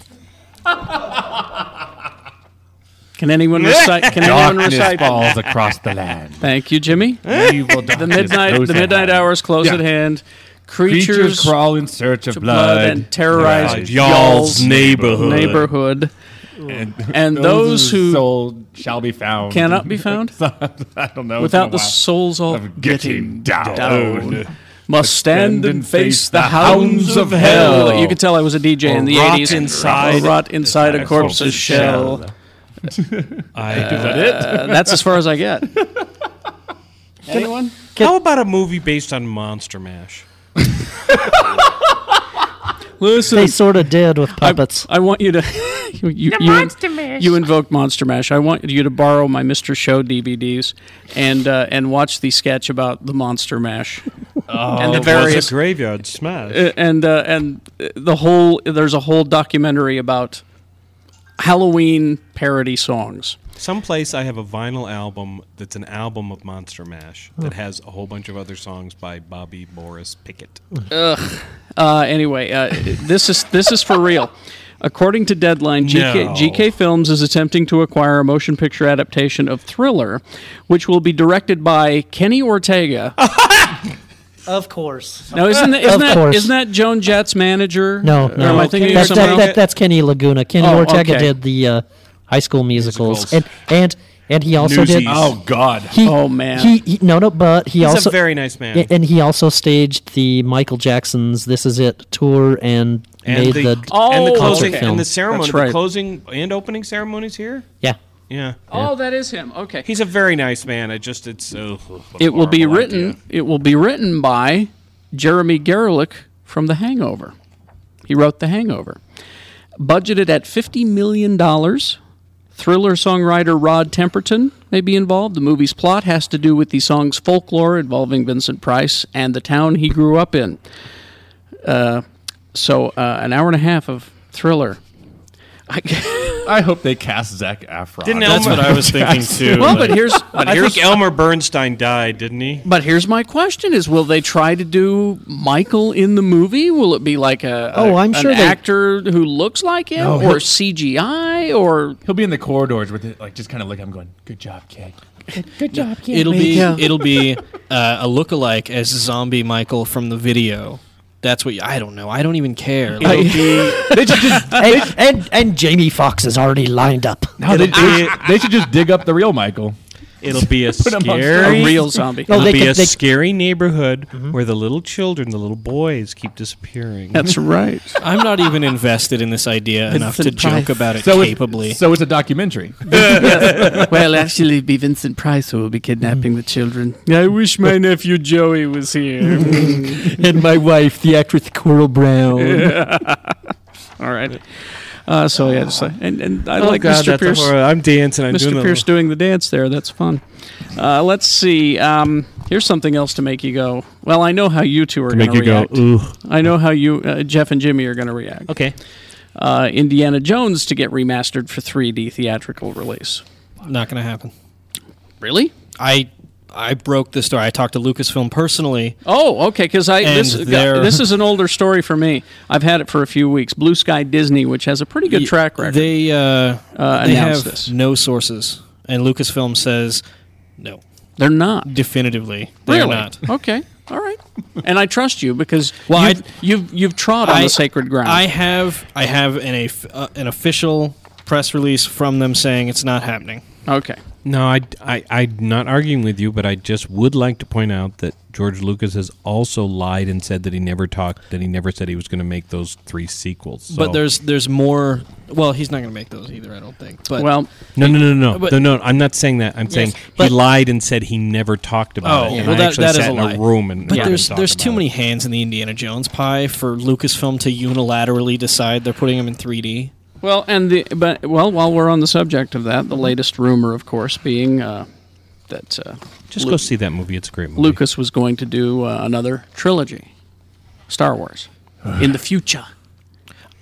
A: Can anyone recite? Can anyone
P: Darkness
A: recite?
P: falls across the land.
A: Thank you, Jimmy.
P: Evil
A: the
P: darkness
A: midnight,
P: goes
A: the midnight
P: ahead.
A: hours close
P: Yeah.
A: at hand.
P: Creatures
A: Creatures,
P: crawl in search of
A: to
P: blood.
A: and terrorize
P: Terrorize y'all's
A: y'all's
P: neighborhood.
A: neighborhood.
P: And,
A: And those who
P: soul shall be found
A: cannot be found?
P: I don't know. It's been a
A: without the
P: while.
A: souls all
P: Of
A: getting,
P: getting down.
A: Must stand and face the hounds of hell. You could tell I was a DJ
P: Or
A: in the
P: rot
A: 80s.
P: inside
A: Or rot inside a corpse's shell.
Q: I,
A: Is that it? Uh, that's as far as I get. Anyone?
Q: How about a movie based on Monster Mash?
A: Listen,
B: They sort of did with puppets.
A: I want you to you, you,
B: The
A: you-
B: Monster Mash.
A: you invoked Monster Mash. I want you to borrow my Mr. Show DVDs and uh, and watch the sketch about the Monster Mash
Q: Oh,
A: and the various
Q: graveyard smash.
A: uh, and uh, and uh, the whole there's a whole documentary about Halloween parody songs.
Q: Someplace I have a vinyl album that's an album of Monster Mash that has a whole bunch of other songs by Bobby Morris Pickett.
A: Ugh. Uh, anyway, uh, this is this is for real. According to Deadline, GK,
Q: No.
A: GK Films is attempting to acquire a motion picture adaptation of Thriller, which will be directed by Kenny Ortega.
B: Of course.
A: now, isn't that, isn't,
B: of
A: that,
B: course.
A: isn't that Joan Jett's manager?
B: no,
A: Or am
B: no.
A: I thinking
B: That's-
A: of
B: that-
A: someone
B: that-
A: else?
B: that's Kenny Laguna. Kenny
A: Oh,
B: Ortega
A: okay.
B: did the uh, High School musicals, and and and he also did.
Q: Newsies. Oh,
P: God!
B: He,
A: oh man!
B: He, he- no no, but he
Q: He's a
B: also
Q: very nice man.
B: a- And he also staged the Michael Jackson's "This Is It" tour and,
Q: And
B: made
Q: the,
B: the,
Q: and the
B: concert
Q: closing
B: film.
Q: and the ceremony,
B: That's right.
Q: the closing and opening ceremonies here.
B: Yeah.
Q: yeah.
A: Oh, that is him. Okay.
Q: He's a very nice man. I just it's oh, what a
A: It will be
Q: horrible
A: written.
Q: idea.
A: It will be written by Jeremy Gerlich from The Hangover. He wrote The Hangover. Budgeted at fifty million dollars. Thriller songwriter Rod Temperton may be involved. The movie's plot has to do with the song's folklore involving Vincent Price and the town he grew up in. Uh, so, uh, an hour and a half of Thriller.
P: I hope they cast Zach Efron.
A: Well, but here's but
Q: I
A: here's
Q: think Elmer Bernstein died, didn't he?
A: But here's my question: Is will they try to do Michael in the movie? Will it be like a, a-
B: Oh, I'm
A: an
B: sure they-
A: actor who looks like him,
P: No,
A: or
P: he'll-
A: CGI, or
P: he'll be in the corridors with it, like just kind of like I'm going. Good job, kid. Good job, kid.
C: It'll be it'll be uh, a lookalike as Zombie Michael from the video. That's what I don't know. I don't even care. Like,
B: and, and and Jamie Foxx is already lined up.
P: No, they, they, they should just dig up the real Michael.
Q: It'll be a
P: Put him on
Q: scary,
P: a real zombie.
Q: It'll
P: No, they
Q: be
P: could-
Q: a
P: they- Mm-hmm.
Q: scary neighborhood where the little children, the little boys, keep disappearing.
A: That's right.
C: I'm not even invested in this idea enough to
A: Vincent
C: joke
A: Price.
C: about it
P: So it's-
C: capably.
P: so it's a documentary.
A: well, actually, it'd be Vincent Price who will be kidnapping the children. I wish my nephew Joey was here.
B: and my wife, the actress Coral Brown.
A: All right. Uh, so yeah, just, like- and, and I
Q: Oh,
A: like
Q: God,
A: Mr.
Q: that's
A: Pierce.
Q: horrible. I'm dancing, I'm
A: Mr.
Q: doing the-
A: Pierce doing the dance there. That's fun. Uh, let's see. Um, here's something else to make you go. Well, I know how you two are
Q: To make
A: going to
Q: you go,
A: react.
Q: "Ooh."
A: I know how you, uh, Jeff and Jimmy, are going to react.
C: Okay.
A: Uh, Indiana Jones to get remastered for 3D theatrical release.
C: Not going to happen.
A: Really?
C: I I broke the story. I talked to Lucasfilm personally.
A: Oh, okay. Because I
C: And
A: this,
C: they're-
A: this is an older story for me. I've had it for a few weeks. Blue Sky Disney, which has a pretty good
C: Ye-
A: track record.
C: They uh, they
A: announced
C: have no sources, and Lucasfilm says no.
A: They're not
C: definitively. They're
A: Really?
C: not.
A: Okay. All right. and I trust you because
C: Well,
A: you've, you've you've trod on
C: I-
A: the sacred ground.
C: I have I have an a, uh, an official press release from them saying it's not happening.
A: Okay.
Q: No, I, I, I'm not arguing with you, but I just would like to point out that George Lucas has also lied and said that he never talked, that he never said he was going to make those three sequels. So.
C: But there's there's more. Well, he's not going to make those either. I don't think. But
Q: no, no, no, no, no,
C: But-
Q: no, no. I'm not saying that. I'm
C: Yes,
Q: saying he
C: but-
Q: lied and said he never talked
C: Oh,
Q: about it. And I actually sat in a room and
C: but
Q: heard him
C: there's
Q: talk
C: there's
Q: about
C: too many hands in the Indiana Jones pie for Lucasfilm to unilaterally decide they're putting him in 3D.
A: Well, and the but well, while we're on the subject of that, the latest rumor, of course, being uh, that uh,
Q: Just go see that movie. It's a great movie.
A: Lucas was going to do uh, another trilogy, Star Wars, in the future.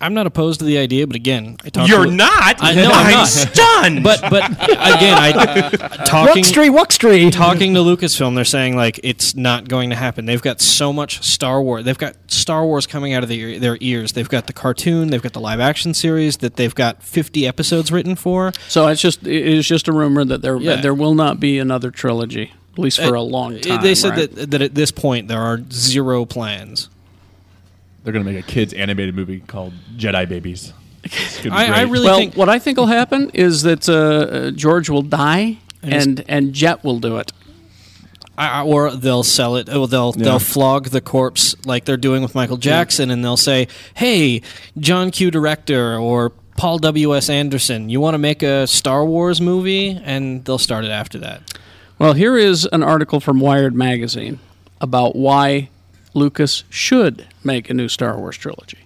C: I'm not opposed to the idea, but again, I talked
Q: You're
C: to-
Q: not?
C: I know I'm
Q: Ah, I'm
C: not.
Q: stunned.
C: But but again, I talking
B: Wuxtree, Wuxtree.
C: talking to Lucasfilm, they're saying like it's not going to happen. They've got so much Star Wars. They've got Star Wars coming out of their, their ears. They've got the cartoon. They've got the live action series that they've got 50 episodes written for.
A: So it's just it is just a rumor that there
C: Yeah.
A: there will not be another trilogy, at least for
C: Uh,
A: a long
C: it-
A: time.
C: They said
A: right?
C: that that at this point there are zero plans.
F: They're gonna make a kids animated movie called Jedi Babies. It's gonna be great.
A: well, what I think will happen is that uh, uh, George will die
C: And he's-
A: and and Jet will do it.
C: I- I- or they'll sell it. Or they'll
A: Yeah.
C: they'll flog the corpse like they're doing with Michael Jackson, and they'll say, "Hey, John Q. director or Paul W. S. Anderson, you want to make a Star Wars movie?" And they'll start it after that.
A: Well, here is an article from Wired magazine about why Lucas should make a new Star Wars trilogy.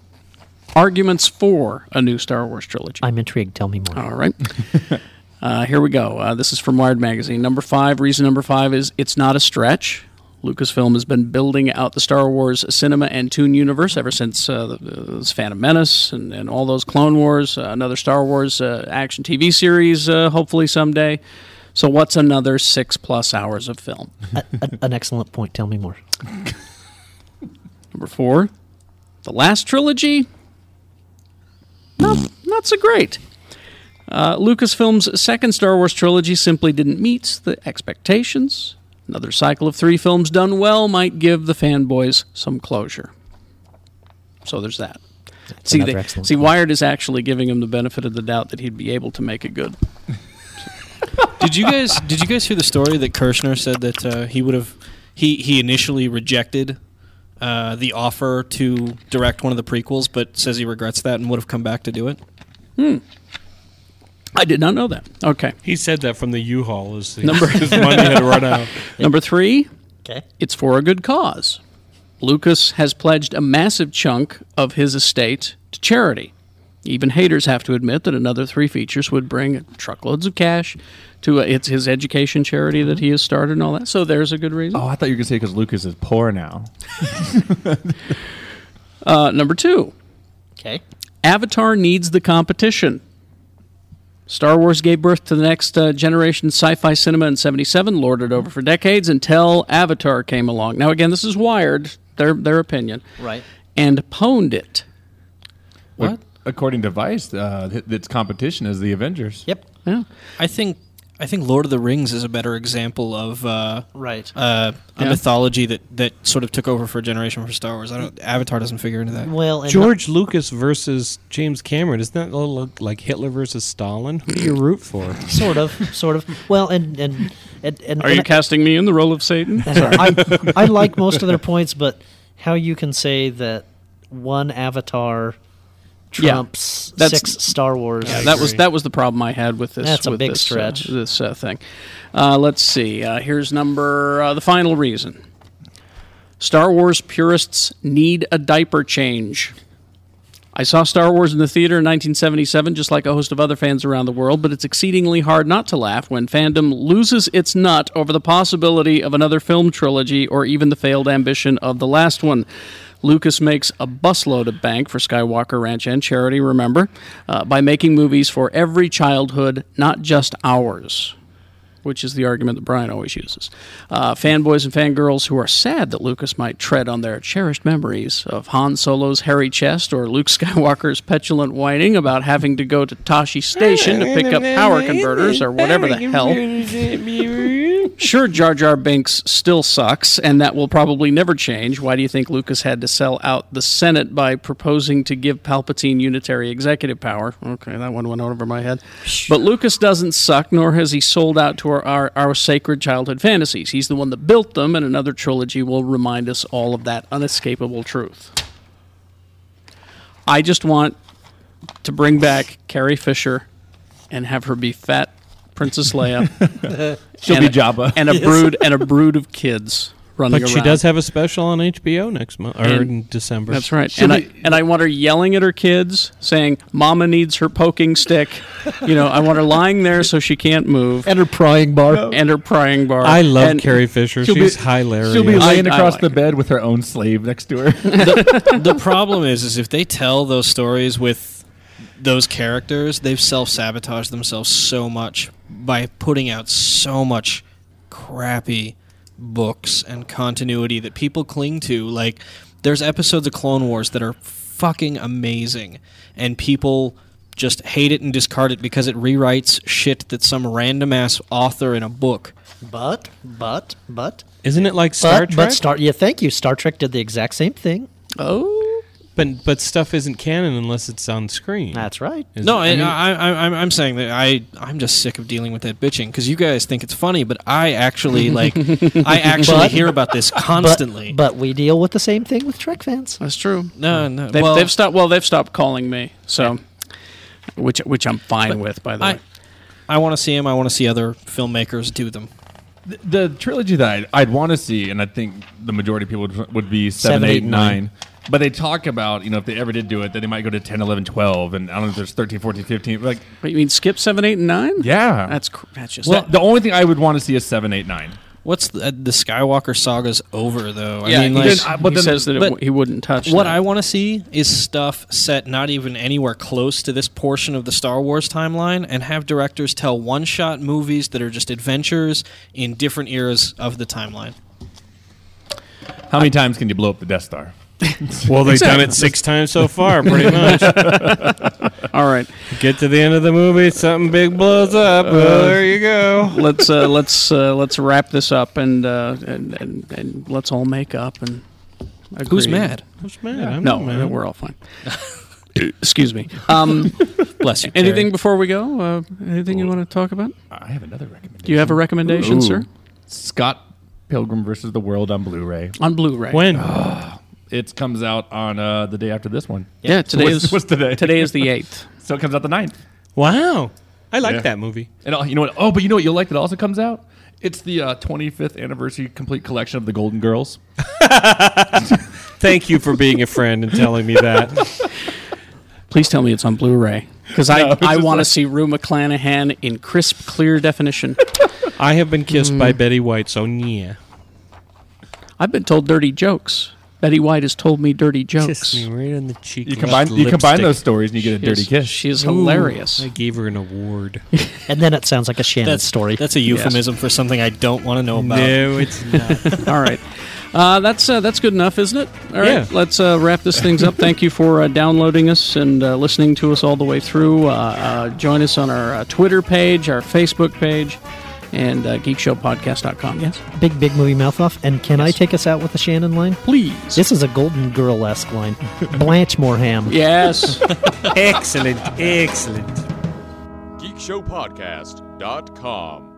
A: Arguments for a new Star Wars trilogy.
B: I'm intrigued. Tell me more.
A: All right. uh, here we go. Uh, this is from Wired Magazine. Number five, reason number five is it's not a stretch. Lucasfilm has been building out the Star Wars cinema and toon universe ever since uh, the, the Phantom Menace and, and all those Clone Wars, uh, another Star Wars uh, action TV series, uh, hopefully someday. So, what's another six plus hours of film?
B: uh, A- an excellent point. Tell me more.
A: Number four, the last trilogy, not, not so great. Uh, Lucasfilm's second Star Wars trilogy simply didn't meet the expectations. Another cycle of three films done well might give the fanboys some closure. So there's that. see,
B: another
A: they-
B: excellent
A: see, Wired is actually giving him the benefit of the doubt that he'd be able to make it good.
C: did you guys did you guys hear the story that Kirshner said that uh, he would have he he initially rejected uh, the offer to direct one of the prequels, but says he regrets that and would have come back to do it.
A: Hmm. I did not know that. Okay.
Q: He said that from the U-Haul. Is the,
A: Number
Q: his money had run out.
A: Number three.
Q: Okay.
A: It's for a good cause. Lucas has pledged a massive chunk of his estate to charity. Even haters have to admit that another three features would bring truckloads of cash to uh it's his education charity that he has started and all that. So there's a good reason.
F: Oh, I thought you were gonna say because Lucas is poor now.
A: Uh, number two.
B: Okay.
A: Avatar needs the competition. Star Wars gave birth to the next uh, generation sci fi cinema in 77, lorded over for decades until Avatar came along. Now, again, this is wired, their, their opinion.
B: Right.
A: And pwned it.
F: What? According to Vice, uh, th- its competition is the Avengers.
C: Yep.
A: Yeah.
C: I think I think Lord of the Rings is a better example of uh,
B: Right.
C: uh, a
B: Yeah.
C: mythology that, that sort of took over for a generation for Star Wars. I don't Avatar doesn't figure into that.
B: Well, and
Q: George Lucas versus James Cameron. Isn't that a little like Hitler versus Stalin? Who do you root for?
B: sort of, sort of. Well, and and and, and
A: Are you
B: and
A: casting me in the role of Satan? Sorry.
B: I, I like most of their points, but how you can say that one Avatar
A: Yeah.
B: trumps
A: That's-
B: six Star Wars?
A: Yeah, that was that was the problem I had with this.
B: That's a
A: with
B: big
A: this, uh,
B: stretch.
A: this uh, thing. Uh, let's see. Uh, here's number uh, the final reason. Star Wars purists need a diaper change. I saw Star Wars in the theater in 1977, just like a host of other fans around the world, but it's exceedingly hard not to laugh when fandom loses its nut over the possibility of another film trilogy or even the failed ambition of the last one. Lucas makes a busload of bank for Skywalker Ranch and charity, remember, uh, by making movies for every childhood, not just ours which is the argument that Brian always uses. Uh, fanboys and fangirls who are sad that Lucas might tread on their cherished memories of Han Solo's hairy chest or Luke Skywalker's petulant whining about having to go to Tashi Station to pick up power converters or whatever the hell. Sure, Jar Jar Binks still sucks, and that will probably never change. Why do you think Lucas had to sell out the Senate by proposing to give Palpatine unitary executive power? Okay, that one went over my head. But Lucas doesn't suck, nor has he sold out to our, our, our sacred childhood fantasies. He's the one that built them, and another trilogy will remind us all of that unescapable truth. I just want to bring back Carrie Fisher and have her be fat Princess Leia.
F: She'll
A: and
F: be
A: a-
F: Jabba.
A: and a
F: Yes.
A: brood and a brood of kids. running
Q: But
A: around.
Q: she does have a special on HBO next month or in December.
A: That's right. And I, and I want her yelling at her kids, saying, Mama needs her poking stick. you know, I want her lying there so she can't move.
B: And her prying bar.
A: And her prying bar.
Q: I love
A: And-
Q: Carrie Fisher.
F: She'll be-
Q: She's hilarious.
F: She'll be laying
A: I- I
F: across
A: like
F: the bed with her own slave next to her.
C: the, the problem is, is if they tell those stories with those characters, they've self sabotaged themselves so much by putting out so much crappy books and continuity that people cling to. Like, there's episodes of Clone Wars that are fucking amazing, and people just hate it and discard it because it rewrites shit that some random ass author in a book.
B: But, but, but.
Q: Isn't it like Star
B: but,
Q: Trek?
B: But Star, yeah, thank you. Star Trek did the exact same thing.
A: Oh.
Q: But but stuff isn't canon unless it's on screen.
B: That's right.
Q: Is
C: no,
Q: it?
C: and
Q: mean,
C: I, I, I'm, I'm saying that I, I'm just sick of dealing with that bitching because you guys think it's funny, but I actually like, I actually
B: But-
C: hear about this
B: but-
C: constantly.
B: But, we deal with the same thing with Trek fans.
A: That's true. Hmm.
C: No, no.
A: They've,
C: well,
A: they've stopped. Well, they've stopped calling me. So, which which I'm fine with, by the
C: I,
A: way.
C: I want to see him. I want to see other filmmakers do them.
F: the, the trilogy that I'd, I'd want to see, and I think the majority of people would, would be
B: Seven,
F: seven,
B: eight,
F: eight, nine.
B: nine.
F: But they talk about, you know, if they ever did do it, then they might go to 10, 11, 12, and I don't know if there's 13, 14, 15. Like,
A: But you mean skip seven, eight, and nine?
F: yeah.
A: That's cr- that's just
F: well, the only thing I would want to see is 7, 8, 9.
C: What's the, the Skywalker saga's over though?
A: Yeah,
C: I mean,
A: he
C: like, uh,
A: didn't- I- but he then- says that it
C: but
A: w- he wouldn't touch
C: What
A: that.
C: I want to see is stuff set not even anywhere close to this portion of the Star Wars timeline, and have directors tell one-shot movies that are just adventures in different eras of the timeline.
F: How many times can you blow up the Death Star?
Q: well, they've done it six times so far, pretty much.
A: All right.
Q: Get to the end of the movie, something big blows up. oh, there you go.
A: Uh, let's uh, let's uh, let's wrap this up and, uh, and and and let's all make up and. Agree.
C: Who's mad?
Q: Who's mad? I'm
A: no,
Q: not mad.
A: we're all fine. Excuse me. Um,
C: Bless you.
A: anything
C: Terry.
A: before we go? Uh, anything you want to talk about?
F: I have another recommendation.
A: Do you have a recommendation,
F: Ooh.
A: sir?
F: Scott Pilgrim versus the World on Blu ray.
A: On Blu-ray.
Q: When?
F: It comes out on uh, the day after this one.
A: Yeah,
F: So
A: today
F: what's,
A: is
F: what's today?
A: Today is the eighth.
F: So it comes out the 9th.
Q: Wow, I like
F: Yeah.
Q: that movie.
F: And uh, you know what? Oh, but you know what you'll like that also comes out? It's the uh, 25th anniversary complete collection of the Golden Girls.
Q: Thank you for being a friend and telling me that.
A: Please tell me it's on Blu-ray because
F: No,
A: I
F: it's
A: I
F: just
A: want to
F: like-
A: see Rue McClanahan in crisp, clear definition.
Q: I have been kissed
B: Mm.
Q: by Betty White, so yeah.
A: I've been told dirty jokes. Betty White has told me dirty jokes.
Q: right on the cheek.
F: You combine you combine those stories and you get a dirty
A: is-
F: kiss.
A: She is hilarious.
Q: I gave her an award.
B: And then it sounds like a Shannon
C: That's
B: story.
C: That's a euphemism for something I don't want to know about.
Q: no, it's not.
A: All right. Uh, that's uh, that's good enough, isn't it? All right,
Q: Yeah.
A: let's uh, wrap this things up. Thank you for uh, downloading us and uh, listening to us all the way through. Uh, uh, join us on our uh, Twitter page, our Facebook page, and uh, geekshowpodcast.com. Yes,
B: Big, big movie mouth off. And can I take us out with a Shannon line?
A: please.
B: This is a Golden Girl esque line. Blanche Moreham.
A: Yes.
Q: excellent, excellent.
B: geekshowpodcast.com.